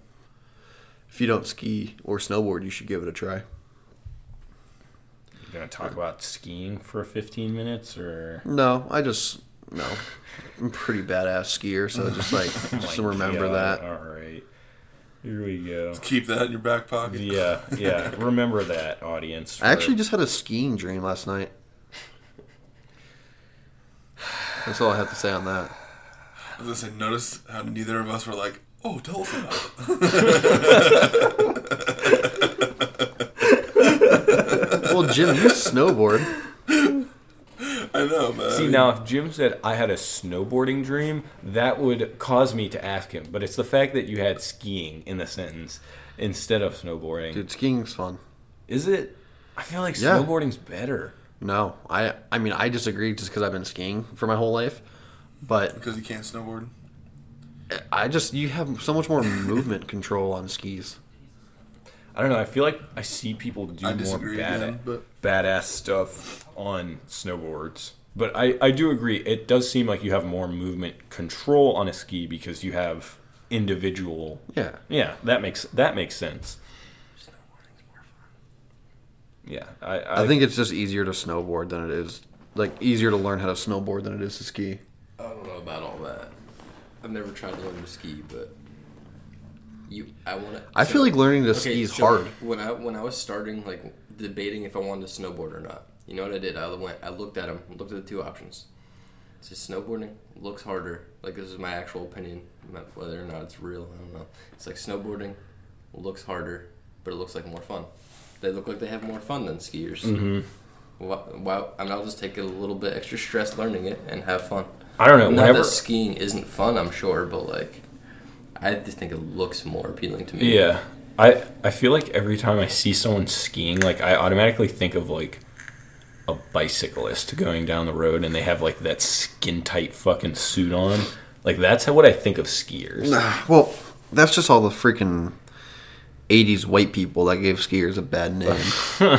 Speaker 3: If you don't ski or snowboard, you should give it a try.
Speaker 1: you're gonna talk about skiing for 15 minutes, or
Speaker 3: No, I just no. I'm a pretty badass skier, so just like just
Speaker 1: Like,
Speaker 3: remember
Speaker 1: yeah,
Speaker 3: that.
Speaker 1: Oh All right, here we go.
Speaker 4: Keep that in your back pocket.
Speaker 1: Yeah, yeah. Remember that, audience.
Speaker 3: I actually
Speaker 1: for-
Speaker 3: just had a skiing dream last night. That's all I have to say on that.
Speaker 4: I was gonna say, notice how neither of us were like, "Oh, tell us about it."
Speaker 3: Well, Jim, you snowboard.
Speaker 4: I know, man.
Speaker 3: uh,
Speaker 1: See now, if Jim said I had a snowboarding dream, that would cause me to ask him. But it's the fact that you had skiing in the sentence instead of snowboarding.
Speaker 3: Dude, skiing's fun.
Speaker 1: Is it? I feel like
Speaker 3: Yeah.
Speaker 1: snowboarding's better.
Speaker 3: No, I I mean I disagree just because I've been skiing for my whole life, but
Speaker 4: because you can't snowboard.
Speaker 3: I just you have so much more movement control on skis.
Speaker 1: I don't know. I feel like I see people do
Speaker 4: I
Speaker 1: more
Speaker 4: disagree
Speaker 1: bad,
Speaker 4: again, but
Speaker 1: badass stuff on snowboards. But I, I do agree. It does seem like you have more movement control on a ski because you have individual.
Speaker 3: Yeah.
Speaker 1: Yeah, that makes that makes sense. Yeah, I, I,
Speaker 3: I think it's just easier to snowboard than it is like easier to learn how to snowboard than it is to ski.
Speaker 5: I don't know about all that. I've never tried to learn to ski, but you, I want to.
Speaker 3: I feel like learning to ski is hard.
Speaker 5: When I when I was starting, like debating if I wanted to snowboard or not, you know what I did? I went, I looked at them, looked at the two options. It's just snowboarding looks harder. Like this is my actual opinion, not whether or not it's real. I don't know. It's like snowboarding looks harder, but it looks like more fun. They look like they have more fun than skiers. Mm-hmm. Wow, I mean, I'll just take a little bit extra stress learning it and have fun.
Speaker 1: I don't know.
Speaker 5: Not
Speaker 1: Whenever
Speaker 5: that skiing isn't fun, I'm sure, but like, I just think it looks more appealing to me.
Speaker 1: Yeah. I I feel like every time I see someone skiing, like I automatically think of like a bicyclist going down the road and they have like that skin tight fucking suit on. Like that's how what I think of skiers.
Speaker 3: Well, that's just all the freaking 80s white people that gave skiers a bad name.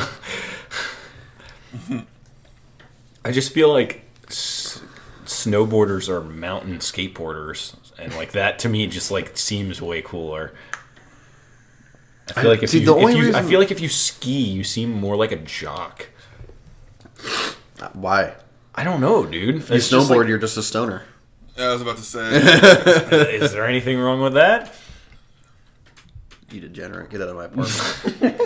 Speaker 1: I just feel like s- snowboarders are mountain skateboarders and like that to me just like seems way cooler. I feel like if
Speaker 3: See,
Speaker 1: you,
Speaker 3: the
Speaker 1: if
Speaker 3: only
Speaker 1: you- I
Speaker 3: reason-
Speaker 1: feel like if you ski, you seem more like a jock.
Speaker 3: Why?
Speaker 1: I don't know, dude.
Speaker 3: You
Speaker 1: It's
Speaker 3: snowboard,
Speaker 1: just like-
Speaker 3: you're just a stoner.
Speaker 4: Yeah, I was about to say.
Speaker 1: uh, is there anything wrong with that?
Speaker 3: You degenerate. Get out of my apartment.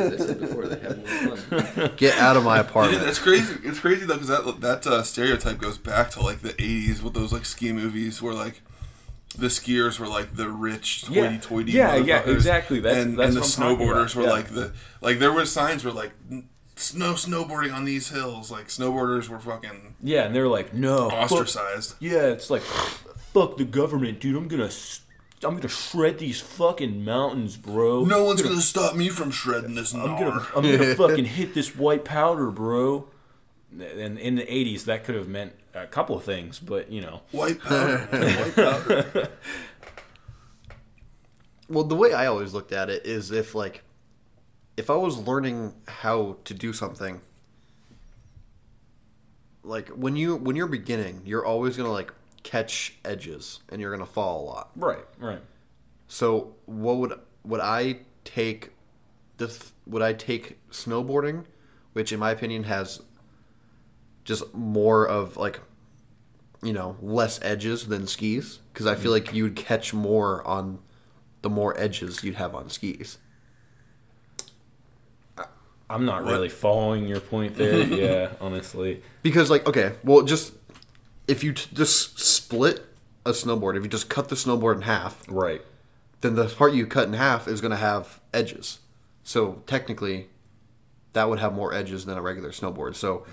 Speaker 5: As I said before, they have more fun.
Speaker 3: Get out of my
Speaker 4: Dude,
Speaker 3: apartment.
Speaker 4: that's crazy. It's crazy though, because that that uh, stereotype goes back to like the '80s with those like ski movies where like the skiers were like the rich
Speaker 1: Yeah.
Speaker 4: hoity-toity.
Speaker 1: Yeah, yeah,
Speaker 4: motherfuckers,
Speaker 1: exactly. That's-
Speaker 4: and,
Speaker 1: that's
Speaker 4: and the
Speaker 1: what I'm talking about.
Speaker 4: snowboarders were
Speaker 1: Yeah.
Speaker 4: like the like there were signs where like n- snow snowboarding on these hills. Like snowboarders were fucking
Speaker 1: Yeah, and they're like, no. fuck-
Speaker 4: ostracized.
Speaker 1: Yeah, it's like, fuck the government, dude. I'm gonna, s- I'm gonna shred these fucking mountains, bro.
Speaker 4: No one's gonna stop me from shredding this.
Speaker 1: I'm gonna,
Speaker 4: gnar.
Speaker 1: I'm gonna fucking hit this white powder, bro. And in the '80s, that could have meant a couple of things, but you know,
Speaker 4: white powder. white powder.
Speaker 3: Well, the way I always looked at it is if like if I was learning how to do something like when you when you're beginning, you're always going to like catch edges and you're going to fall a lot.
Speaker 1: right, right.
Speaker 3: So, what would would I take this would I take snowboarding, which in my opinion has just more of like you know, less edges than skis because I feel like you would catch more on the more edges you'd have on skis.
Speaker 1: I'm not really following your point there. yeah, honestly.
Speaker 3: Because like okay, well just if you t- just split a snowboard, if you just cut the snowboard in half,
Speaker 1: Right.
Speaker 3: then the part you cut in half is going to have edges. So technically, that would have more edges than a regular snowboard. So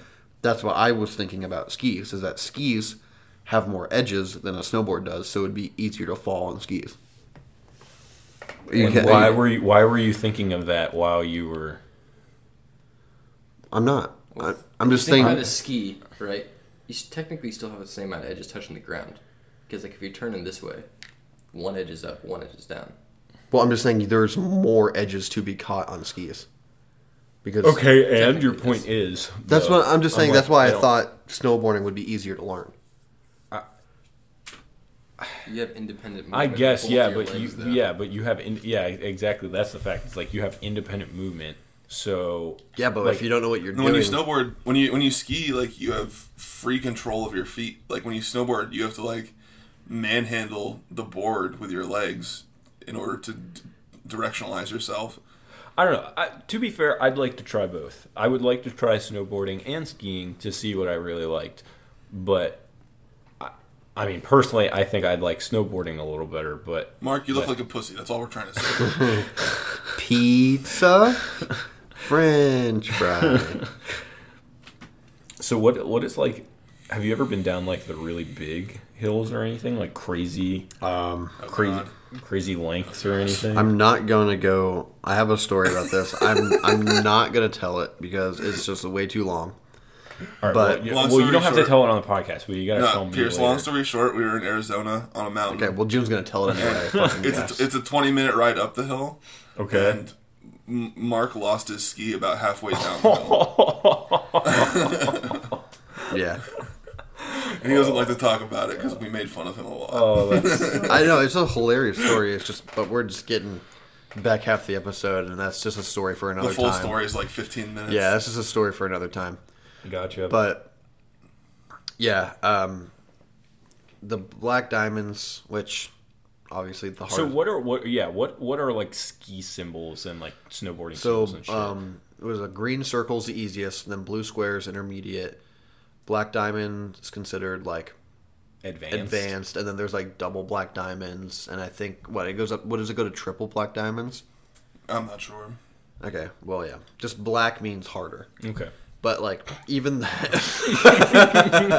Speaker 3: that's what I was thinking about skis is that skis have more edges than a snowboard does, so it'd be easier to fall on skis. You
Speaker 1: And
Speaker 3: can't-
Speaker 1: why were you why were you thinking of that while you were
Speaker 3: I'm not. I, I'm just
Speaker 5: Think about
Speaker 3: saying.
Speaker 5: a ski, right? You s- technically still have the same amount of edges touching the ground, because like if you turn them this way, one edge is up, one edge is down.
Speaker 3: Well, I'm just saying there's more edges to be caught on skis. Because
Speaker 1: Okay, and
Speaker 5: Technically,
Speaker 1: your point is
Speaker 3: That's
Speaker 1: though,
Speaker 3: what I'm just saying.
Speaker 1: like,
Speaker 3: that's why I
Speaker 1: don't-
Speaker 3: thought snowboarding would be easier to learn.
Speaker 5: You have independent.
Speaker 1: I
Speaker 5: Movement
Speaker 1: guess
Speaker 5: with both
Speaker 1: yeah,
Speaker 5: your
Speaker 1: but you
Speaker 5: legs, though.
Speaker 1: yeah, but you have in, yeah, exactly. That's the fact. It's like you have independent movement. So
Speaker 3: Yeah, but if
Speaker 1: like,
Speaker 3: you don't know what you're
Speaker 4: And
Speaker 3: doing,
Speaker 4: when you snowboard, when you when you ski, like you have free control of your feet. Like when you snowboard, you have to like manhandle the board with your legs in order to d- directionalize yourself.
Speaker 1: I don't know. I, to be fair, I'd like to try both. I would like to try snowboarding and skiing to see what I really liked. But I, I mean, personally, I think I'd like snowboarding a little better. But
Speaker 4: Mark, you look like a pussy. That's all we're trying to say.
Speaker 3: pizza, French fry.
Speaker 1: so what? What is like? Have you ever been down like the really big hills or anything like crazy, crazy, crazy lengths or anything?
Speaker 3: Um, I'm not gonna go. I have a story about this. I'm I'm not gonna tell it because it's just way too long.
Speaker 1: All right,
Speaker 3: but-
Speaker 1: well, you,
Speaker 4: Long
Speaker 1: well, you
Speaker 4: story
Speaker 1: don't have to
Speaker 4: short-
Speaker 1: tell it on the podcast, but you got to tell
Speaker 4: no,
Speaker 1: me.
Speaker 4: Pierce.
Speaker 1: later.
Speaker 4: Long story short, we were in Arizona on a mountain.
Speaker 3: Okay, well Jim's gonna tell it anyway. Fucking
Speaker 4: it's
Speaker 3: yes.
Speaker 4: a, it's a twenty minute ride up the hill.
Speaker 1: Okay.
Speaker 4: And M- Mark lost his ski about halfway down the hill,
Speaker 3: yeah.
Speaker 4: and he doesn't like to talk about it because we made fun of him a lot.
Speaker 1: Oh, that's,
Speaker 3: I know it's a hilarious story. It's just, but we're just getting back half the episode, and that's just a story for another
Speaker 4: the full
Speaker 3: time.
Speaker 4: story is like fifteen minutes.
Speaker 3: Yeah, that's just a story for another time.
Speaker 1: gotcha.
Speaker 3: But yeah, um, the black diamonds, which obviously the hardest.
Speaker 1: so what are what? Yeah, what what are like ski symbols and like snowboarding
Speaker 3: So
Speaker 1: symbols and shit?
Speaker 3: um, it was a green circle's the easiest, then blue squares intermediate, black diamond is considered like
Speaker 1: advanced.
Speaker 3: advanced, and then there's like double black diamonds, and I think what it goes up. What does it go to triple black diamonds?
Speaker 4: I'm not sure.
Speaker 3: Okay, well yeah, just black means harder,
Speaker 1: Okay.
Speaker 3: but like even that.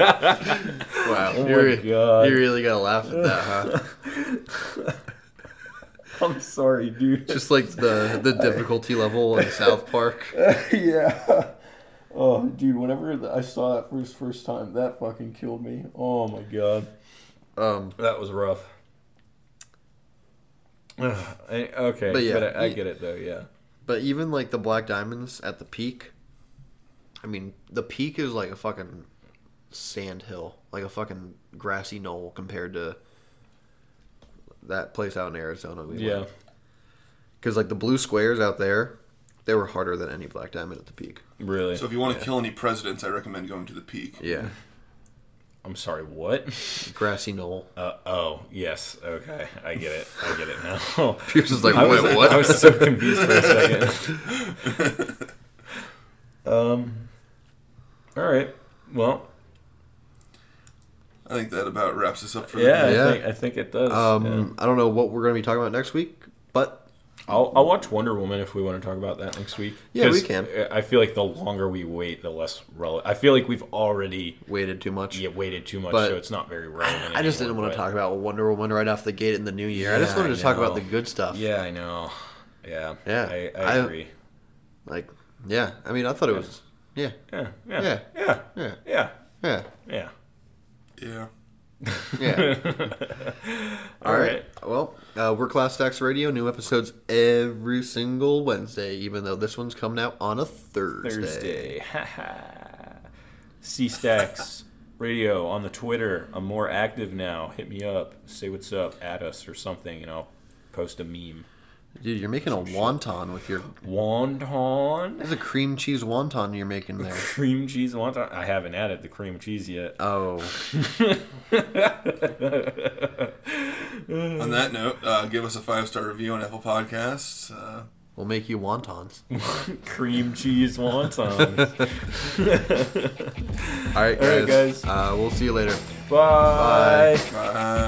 Speaker 3: wow, you, re-
Speaker 1: Oh God.
Speaker 3: you really gotta laugh at that, huh?
Speaker 1: I'm sorry, dude.
Speaker 3: just like the the difficulty level in South Park.
Speaker 1: yeah. Oh, dude, whenever I saw that first first time, that fucking killed me. Oh my god.
Speaker 3: Um,
Speaker 1: That was rough. Ugh, I- okay,
Speaker 3: But
Speaker 1: but,
Speaker 3: yeah,
Speaker 1: I, I
Speaker 3: you-
Speaker 1: get it though. Yeah.
Speaker 3: But even like the black diamonds at the peak, I mean, the peak is like a fucking sand hill, like a fucking grassy knoll compared to that place out in Arizona. We went.
Speaker 1: Yeah.
Speaker 3: because like the blue squares out there, they were harder than any black diamond at the peak.
Speaker 1: Really?
Speaker 4: So if you want to kill any presidents, I recommend going to the peak.
Speaker 3: Yeah,
Speaker 1: I'm sorry, what?
Speaker 3: grassy knoll.
Speaker 1: Uh, oh, yes. Okay. I get it. I get it now.
Speaker 3: Pierce is like,
Speaker 1: I was,
Speaker 3: wait, what?
Speaker 1: I was so confused for a second. um, all right. Well,
Speaker 4: I think that about wraps us up for
Speaker 1: yeah,
Speaker 4: the
Speaker 3: Yeah.
Speaker 1: I, think, I think it does. yeah.
Speaker 3: Um, I don't know what we're going to be talking about next week, but
Speaker 1: I'll, I'll watch Wonder Woman if we want to talk about that next week.
Speaker 3: Yeah, we
Speaker 1: 'Cause
Speaker 3: can.
Speaker 1: I feel like the longer we wait, the less relevant. I feel like we've already
Speaker 3: waited too much.
Speaker 1: yeah, waited too much,
Speaker 3: But-
Speaker 1: so it's not very relevant.
Speaker 3: I just
Speaker 1: anymore,
Speaker 3: didn't want
Speaker 1: but-
Speaker 3: to talk about Wonder Woman right off the gate in the new year. I just
Speaker 1: Yeah,
Speaker 3: wanted
Speaker 1: I
Speaker 3: to talk about
Speaker 1: know.
Speaker 3: the good stuff.
Speaker 1: Yeah, I know. Yeah.
Speaker 3: Yeah,
Speaker 1: I, I,
Speaker 3: I-
Speaker 1: agree.
Speaker 3: Like, yeah. I mean, I thought it was. Yeah.
Speaker 1: Yeah. Yeah.
Speaker 3: Yeah.
Speaker 1: Yeah.
Speaker 3: Yeah.
Speaker 1: Yeah.
Speaker 3: Yeah.
Speaker 1: Yeah.
Speaker 4: yeah.
Speaker 3: Yeah.
Speaker 1: All right.
Speaker 3: Well, uh, we're Class Stacks Radio. New episodes every single Wednesday, even though this one's coming out on a Thursday.
Speaker 1: Thursday. C Stacks Radio on the Twitter. I'm more active now. Hit me up. Say what's up. At us or something, and I'll post a meme.
Speaker 3: Dude, you're making a wonton with your.
Speaker 1: Wonton.
Speaker 3: There's a cream cheese wonton you're making there.
Speaker 1: Cream cheese wonton. I haven't added the cream cheese yet.
Speaker 3: Oh.
Speaker 4: On that note, uh, give us a five star review on Apple Podcasts. Uh,
Speaker 3: We'll make you wontons. All
Speaker 1: cream cheese wonton.
Speaker 3: right, guys.
Speaker 1: All right, guys.
Speaker 3: Uh, we'll see you later.
Speaker 1: Bye.
Speaker 4: bye.